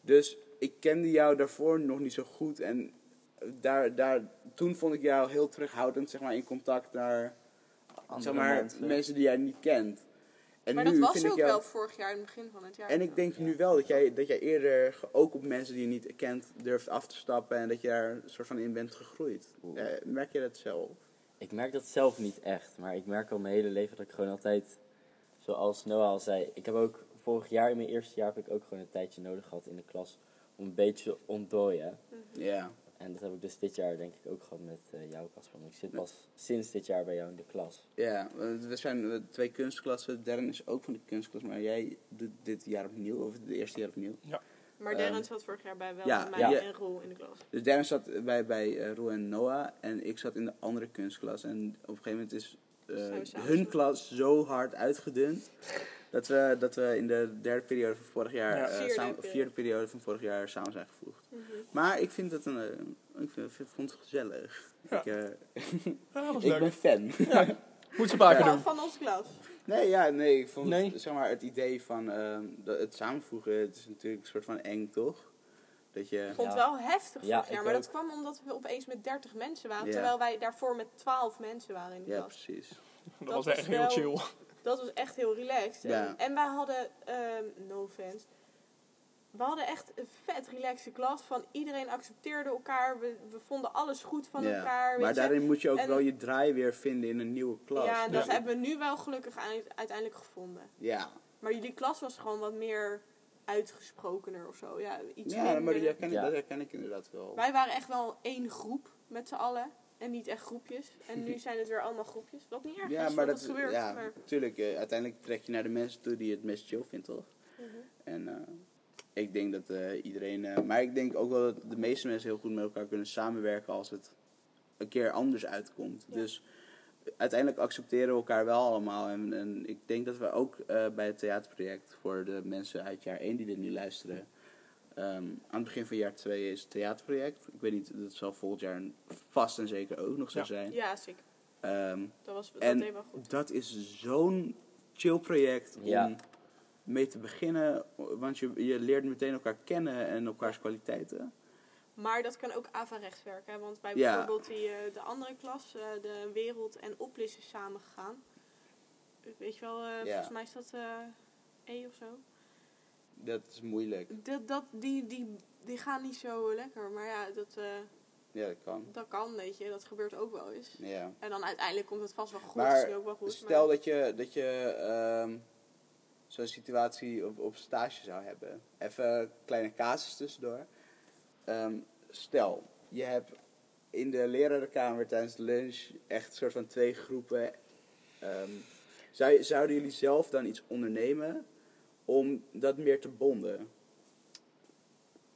F: Dus ik kende jou daarvoor nog niet zo goed. En daar, daar, toen vond ik jou heel terughoudend zeg maar, in contact naar zeg maar, mensen. die jij niet kent. En
D: maar
F: nu
D: dat was
F: vind
D: ook
F: ik jou,
D: wel vorig jaar, in het begin van het jaar.
F: En ik denk nu wel dat jij, dat jij eerder ge- ook op mensen die je niet kent durft af te stappen en dat je daar een soort van in bent gegroeid.
E: Oeh.
F: Eh, merk je dat zelf?
E: Ik merk dat zelf niet echt, maar ik merk al mijn hele leven dat ik gewoon altijd, zoals Noah al zei, ik heb ook vorig jaar, in mijn eerste jaar, heb ik ook gewoon een tijdje nodig gehad in de klas om een beetje te ontdooien.
F: Ja.
E: En dat heb ik dus dit jaar denk ik ook gehad met eh, jouw klas. Want ik zit pas sinds dit jaar bij jou in de klas.
F: Ja, want we zijn eh, twee kunstklassen. Darren is ook van de kunstklas, maar jij doet dit jaar opnieuw, of het eerste jaar opnieuw.
D: maar
F: ehm,
D: Darren zat vorig jaar bij wel
F: ja,
D: en mij
F: ja.
D: en Roel in de klas.
F: Dus Darren zat bij, bij eh, Roel en Noah en ik zat in de andere kunstklas. En op een gegeven moment is eh,
D: Zijn we samen
F: hun
D: zo-
F: klas zo hard uitgedund dat we, dat we in de derde periode van vorig jaar,
C: Ja.
F: eh,
D: Vierde
F: samen-
D: periode. Mhm.
F: vierde periode van vorig jaar samen zijn gevoegd. Maar ik vind dat een, eh, ik vind, ik vond het gezellig.
C: Ja.
F: Ik, eh,
C: Ja, dat was
F: ik
C: leuk.
F: ben fan.
C: Moet ze vaker
D: Van,
C: doen.
D: van onze klas.
F: Nee, ja, nee, ik vond
C: Nee.
F: Het, zeg maar, het idee van ehm, dat het samenvoegen, het is natuurlijk een soort van eng, toch? Dat je...
D: Ik vond het
E: Ja.
D: wel heftig
E: Ja,
D: vorig
E: ik
D: jaar. Maar dat
E: ook.
D: kwam omdat we opeens met 30 mensen waren.
F: Ja.
D: Terwijl wij daarvoor met 12 mensen waren in de
F: Ja,
D: klas.
F: precies.
C: Dat was
D: was
C: echt heel
D: wel-
C: chill.
D: Dat was echt heel relaxed.
F: Ja.
D: En, en wij hadden, ehm, no offense, we hadden echt een vet relaxe klas. Van iedereen accepteerde elkaar. We, we vonden alles goed van
F: Ja.
D: elkaar. weet
F: maar
D: je.
F: daarin moet je ook
D: En-
F: wel je draai weer vinden in een nieuwe klas.
D: ja, dat
F: Dus-
D: hebben we nu wel gelukkig uit- uiteindelijk gevonden.
F: Ja,
D: Maar jullie klas was gewoon wat meer uitgesprokener of zo. Ja, iets
F: ja maar
D: minder.
F: dat herken, ik,
E: Ja.
F: dat herken ik inderdaad wel.
D: Wij waren echt wel één groep met z'n allen. En niet echt groepjes. En nu zijn het weer allemaal groepjes. Wat niet erg
F: Ja,
D: is,
F: maar
D: want
F: dat is
D: dat gebeurt.
F: ja,
D: maar-
F: natuurlijk. eh, uiteindelijk trek je naar de mensen toe die het meest chill vindt, toch?
D: Mhm.
F: En eh, ik denk dat eh, iedereen. eh, maar ik denk ook wel dat de meeste mensen heel goed met elkaar kunnen samenwerken als het een keer anders uitkomt.
D: Ja.
F: Dus uiteindelijk accepteren we elkaar wel allemaal. En, en ik denk dat we ook eh, bij het theaterproject voor de mensen uit jaar 1 die dit nu luisteren. ehm, aan het begin van jaar 2 is het theaterproject. Ik weet niet, dat zal volgend jaar vast en zeker ook nog zo
C: Ja.
F: zijn.
D: ja, zeker.
F: Ehm,
D: Dat, was, dat
F: en
D: deed wel goed.
F: dat is zo'n chill project om
E: Ja.
F: mee te beginnen. Want je, je leert meteen elkaar kennen en elkaars kwaliteiten.
D: Maar dat kan ook averechts werken. Hè? Want bij
F: Ja.
D: bijvoorbeeld die, eh, de andere klas, eh, de wereld en oplis is samengegaan. Weet je wel, eh,
F: Ja.
D: volgens mij is dat eh, E of zo.
F: Dat is moeilijk.
D: Dat, dat, die, die, die gaan niet zo lekker. Maar ja, dat, eh,
F: Ja, dat kan.
D: dat kan, weet je. Dat gebeurt ook wel eens.
F: Ja.
D: En dan uiteindelijk komt het vast wel goed.
F: Maar
D: is nu ook wel goed.
F: Stel
D: maar-
F: dat je, dat je ehm, zo'n situatie op, op stage zou hebben. Even een kleine casus tussendoor. Ehm, stel, je hebt in de lerarenkamer tijdens de lunch echt een soort van twee groepen. Ehm, zou, je- zouden jullie zelf dan iets ondernemen om dat meer te bonden?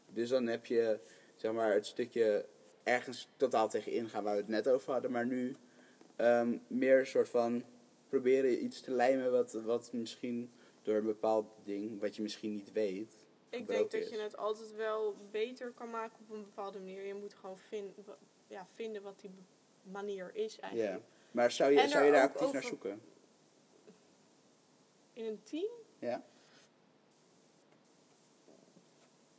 F: Dus dan heb je zeg maar, het stukje ergens totaal tegenin gaan waar we het net over hadden, maar nu ehm, meer een soort van proberen iets te lijmen wat, wat misschien door een bepaald ding, wat je misschien niet weet.
D: Ik denk
F: gebroken
D: dat je
F: is.
D: het altijd wel beter kan maken op een bepaalde manier. Je moet gewoon vin- wa- ja, vinden wat die b- manier is eigenlijk.
F: Ja. Maar zou je,
D: En
F: zou
D: er
F: je daar
D: ook
F: actief naar
D: over-
F: zoeken?
D: In een team
F: Ja.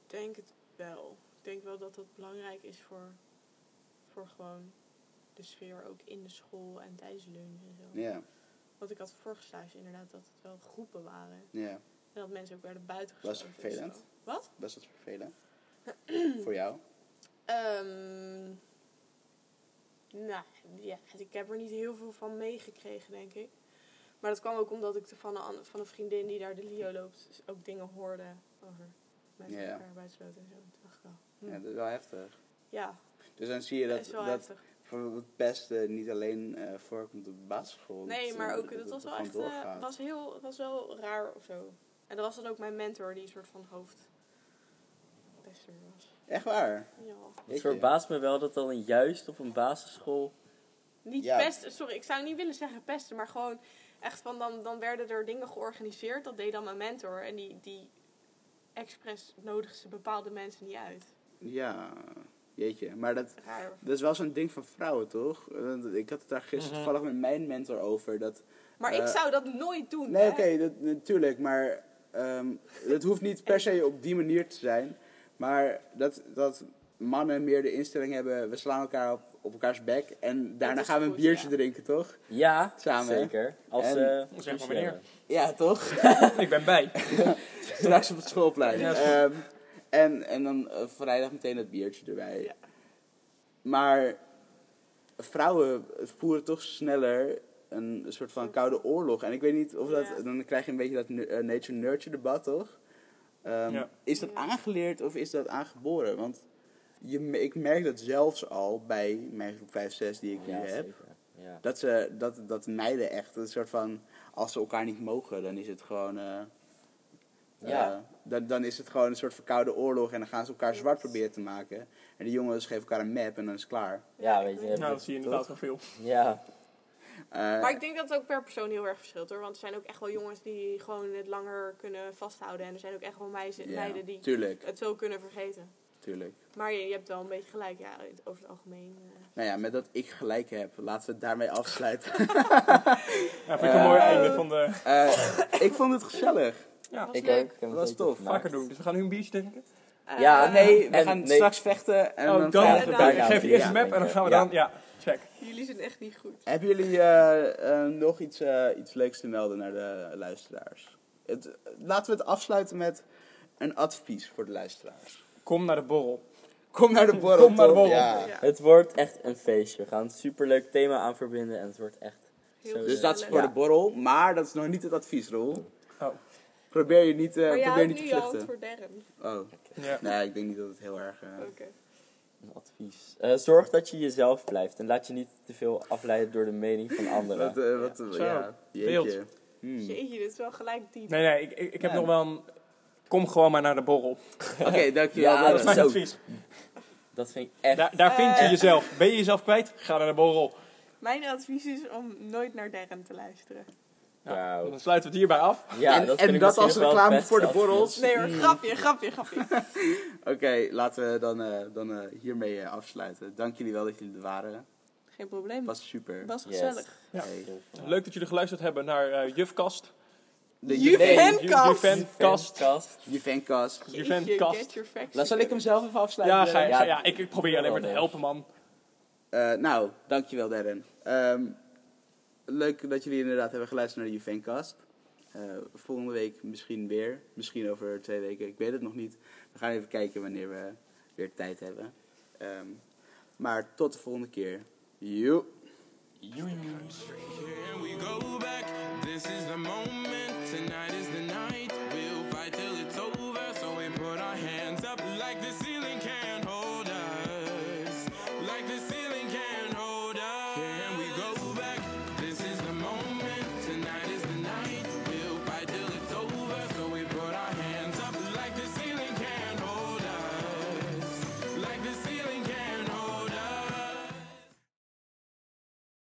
D: denk het wel. Ik denk wel dat dat belangrijk is voor, voor gewoon de sfeer ook in de school en tijdens lunch en zo.
F: Ja,
D: Want ik had vorige stage inderdaad dat het wel groepen waren.
F: ja.
D: En dat mensen ook werden buiten
F: Was
D: gesloten.
F: het vervelend?
D: en zo. Wat?
F: Was dat vervelend? Voor jou?
D: Ehm, nou, ja, ik heb er niet heel veel van meegekregen, denk ik. Maar dat kwam ook omdat ik van een, an- van een vriendin die daar de Lio loopt, dus ook dingen hoorde over mensen
F: Ja.
D: die elkaar buitensloten en zo. Toen dacht ik wel, hm.
F: Ja, dat is wel heftig.
D: Ja,
F: Dus dan zie je
D: dat
F: dat,
D: is wel
F: dat
D: heftig.
F: bijvoorbeeld het pesten niet alleen eh, voorkomt op de basisschool.
D: Nee,
F: Dat,
D: maar
F: eh,
D: ook, dat was
F: het
D: wel echt,
F: gewoon
D: eh,
F: doorgaat.
D: was heel, was wel raar of zo. En dat was dan ook mijn mentor die een soort van hoofd bester was.
F: Echt waar?
D: Ja.
E: Het
F: Jeetje.
E: verbaast me wel dat dan juist op een basisschool...
D: Niet
F: Ja.
D: pesten, sorry, ik zou niet willen zeggen pesten, maar gewoon echt van dan, dan werden er dingen georganiseerd. Dat deed dan mijn mentor en die, die expres nodigde ze bepaalde mensen niet uit.
F: Ja, jeetje. Maar dat,
D: Raar.
F: dat is wel zo'n ding van vrouwen, toch? Eh, Ik had het daar gisteren
D: Mhm.
F: toevallig met mijn mentor over. Dat
D: Maar
F: Eh,
D: ik zou dat nooit doen.
F: Nee,
D: hè?
F: oké, dat- natuurlijk, maar ehm het hoeft niet per se op die manier te zijn. Maar dat, dat mannen meer de instelling hebben, we slaan elkaar op, op elkaars bek en daarna
D: is
F: gaan we een
D: goed,
F: biertje
D: ja.
F: drinken, toch?
E: Ja,
F: Samen, hè?
E: zeker. Als,
F: En-
E: eh,
C: maar
E: Guus,
C: wanneer.
E: eh,
F: Ja, toch?
C: Ik ben bij.
F: Straks op het schoolplein.
C: Ja.
F: Ehm, en, en dan eh, vrijdag meteen dat biertje erbij. Maar vrouwen voeren toch sneller een soort van koude oorlog. En ik weet niet of dat...
D: Ja.
F: Dan krijg je een beetje dat nu- eh, nature-nurture debat, toch? Ehm,
C: Ja.
F: Is dat aangeleerd of is dat aangeboren? Want je, me- ik merk dat zelfs al bij mijn groep 5, 6 die ik nu
E: Ja,
F: heb.
E: zeker. Ja.
F: Dat, ze, dat, dat meiden echt een soort van... Als ze elkaar niet mogen, dan is het gewoon... eh,
E: Ja.
F: eh, dan, dan is het gewoon een soort verkoude oorlog en dan gaan ze elkaar zwart proberen te maken. En die jongens geven elkaar een map en dan is het klaar.
E: ja, weet je.
C: Nou,
E: heb
C: dat
E: je-
C: zie je inderdaad wel veel.
E: Ja,
F: Eh,
D: Maar ik denk dat het ook per persoon heel erg verschilt hoor. Want er zijn ook echt wel jongens die gewoon het langer kunnen vasthouden. En er zijn ook echt wel meisjes,
F: ja,
D: meiden die
F: Tuurlijk,
D: het zo kunnen vergeten.
F: tuurlijk.
D: Maar je, je hebt wel een beetje gelijk, ja, over het algemeen. eh.
F: Nou ja, met dat ik gelijk heb, laten we het daarmee afsluiten.
C: Ja, vind ik een mooi
F: Eh,
C: einde van de...
F: Eh, ik vond het gezellig.
C: Ja,
D: was
E: ik
D: leuk.
E: ook. Ik heb
F: Dat
E: een
F: was
E: beetje
F: tof.
E: gemaakt.
C: vaker doen. Dus we gaan nu een biertje drinken.
E: Ja,
D: Eh,
F: nee, we
E: en-
F: gaan
E: nee.
F: straks vechten. En
C: oh,
F: dan
C: dan.
F: vrijdag
D: dan-
F: het
D: dan-
F: biertje
C: geef je
F: drinken.
C: eerst een map en dan gaan we
F: Ja.
C: dan... Ja, check.
D: Jullie zijn echt niet goed.
F: Hebben jullie eh, eh, nog iets, eh, iets leuks te melden naar de luisteraars? Het, laten we het afsluiten met een advies voor de luisteraars.
C: Kom naar de borrel.
F: Kom naar de borrel.
C: Kom naar de
F: toch?
C: borrel.
F: Ja.
D: Ja.
E: Het wordt echt een feestje. We gaan een superleuk thema aan verbinden en het wordt echt...
D: Heel
E: zo
D: goed.
F: Dus dat is
D: Ja.
F: voor de borrel, maar dat is nog niet het advies, Roel.
C: Oh.
F: Probeer je niet, eh,
D: maar jij
F: probeer
D: houdt
F: niet te
D: nu je hand
F: vluchten.
D: voor Darren.
F: Oh,
C: Ja.
F: nee, ik denk niet dat het heel erg... eh,
D: Oké.
E: Een advies. Eh, zorg dat je jezelf blijft en laat je niet te veel afleiden door de mening van anderen.
F: wat, eh, wat, eh,
C: Zo,
F: ja, jeetje.
C: beeld.
F: Hmm. Oké,
D: Jeetje, dit is wel gelijk diep.
C: Nee, nee, ik, ik, ik heb
F: Nee.
C: nog wel een... Kom gewoon maar naar de borrel.
F: dankjewel.
E: Ja,
C: Dat is
F: Darren.
C: mijn
E: zo.
C: advies.
E: Dat vind ik echt...
F: Nou,
C: Daar, daar vind je
D: Eh.
C: jezelf. Ben je jezelf kwijt? Ga naar de borrel.
D: Mijn advies is om nooit naar Darren te luisteren.
E: Wauw.
C: Dan sluiten we het hierbij af.
E: Ja,
F: en
E: dat
F: en
E: vind ik
F: dat
E: misschien
F: als
E: nog wel het
F: reclame
E: beste
F: voor de
E: advies.
F: borrels.
D: Nee hoor, grapje, grapje, grapje.
F: Oké, laten we dan, eh, dan eh, hiermee eh, afsluiten. Dank jullie wel dat jullie er waren.
D: Geen probleem.
F: Het was super.
D: was
E: Yes.
D: gezellig.
C: Ja.
F: Hey.
C: Leuk dat jullie geluisterd hebben naar eh, Jufkast.
F: De
D: You-
F: Juve-
E: Nee,
C: Ju- Juvenkast.
E: Fancast.
F: Juvencast.
D: Jeetje,
C: Juvenkast.
D: Get your facts
F: Laat- Zal ik hem zelf even afsluiten?
C: Ja, ga, je-
F: Darren?
C: ga- ja ik, ik probeer je alleen maar te helpen, man.
F: Eh, nou, dankjewel Darren. Ehm, leuk dat jullie inderdaad hebben geluisterd naar de Juvencast. Eh, volgende week misschien weer. Misschien over twee weken. Ik weet het nog niet. We gaan even kijken wanneer we weer tijd hebben. Ehm, maar tot de volgende keer. Joep.
B: Here we go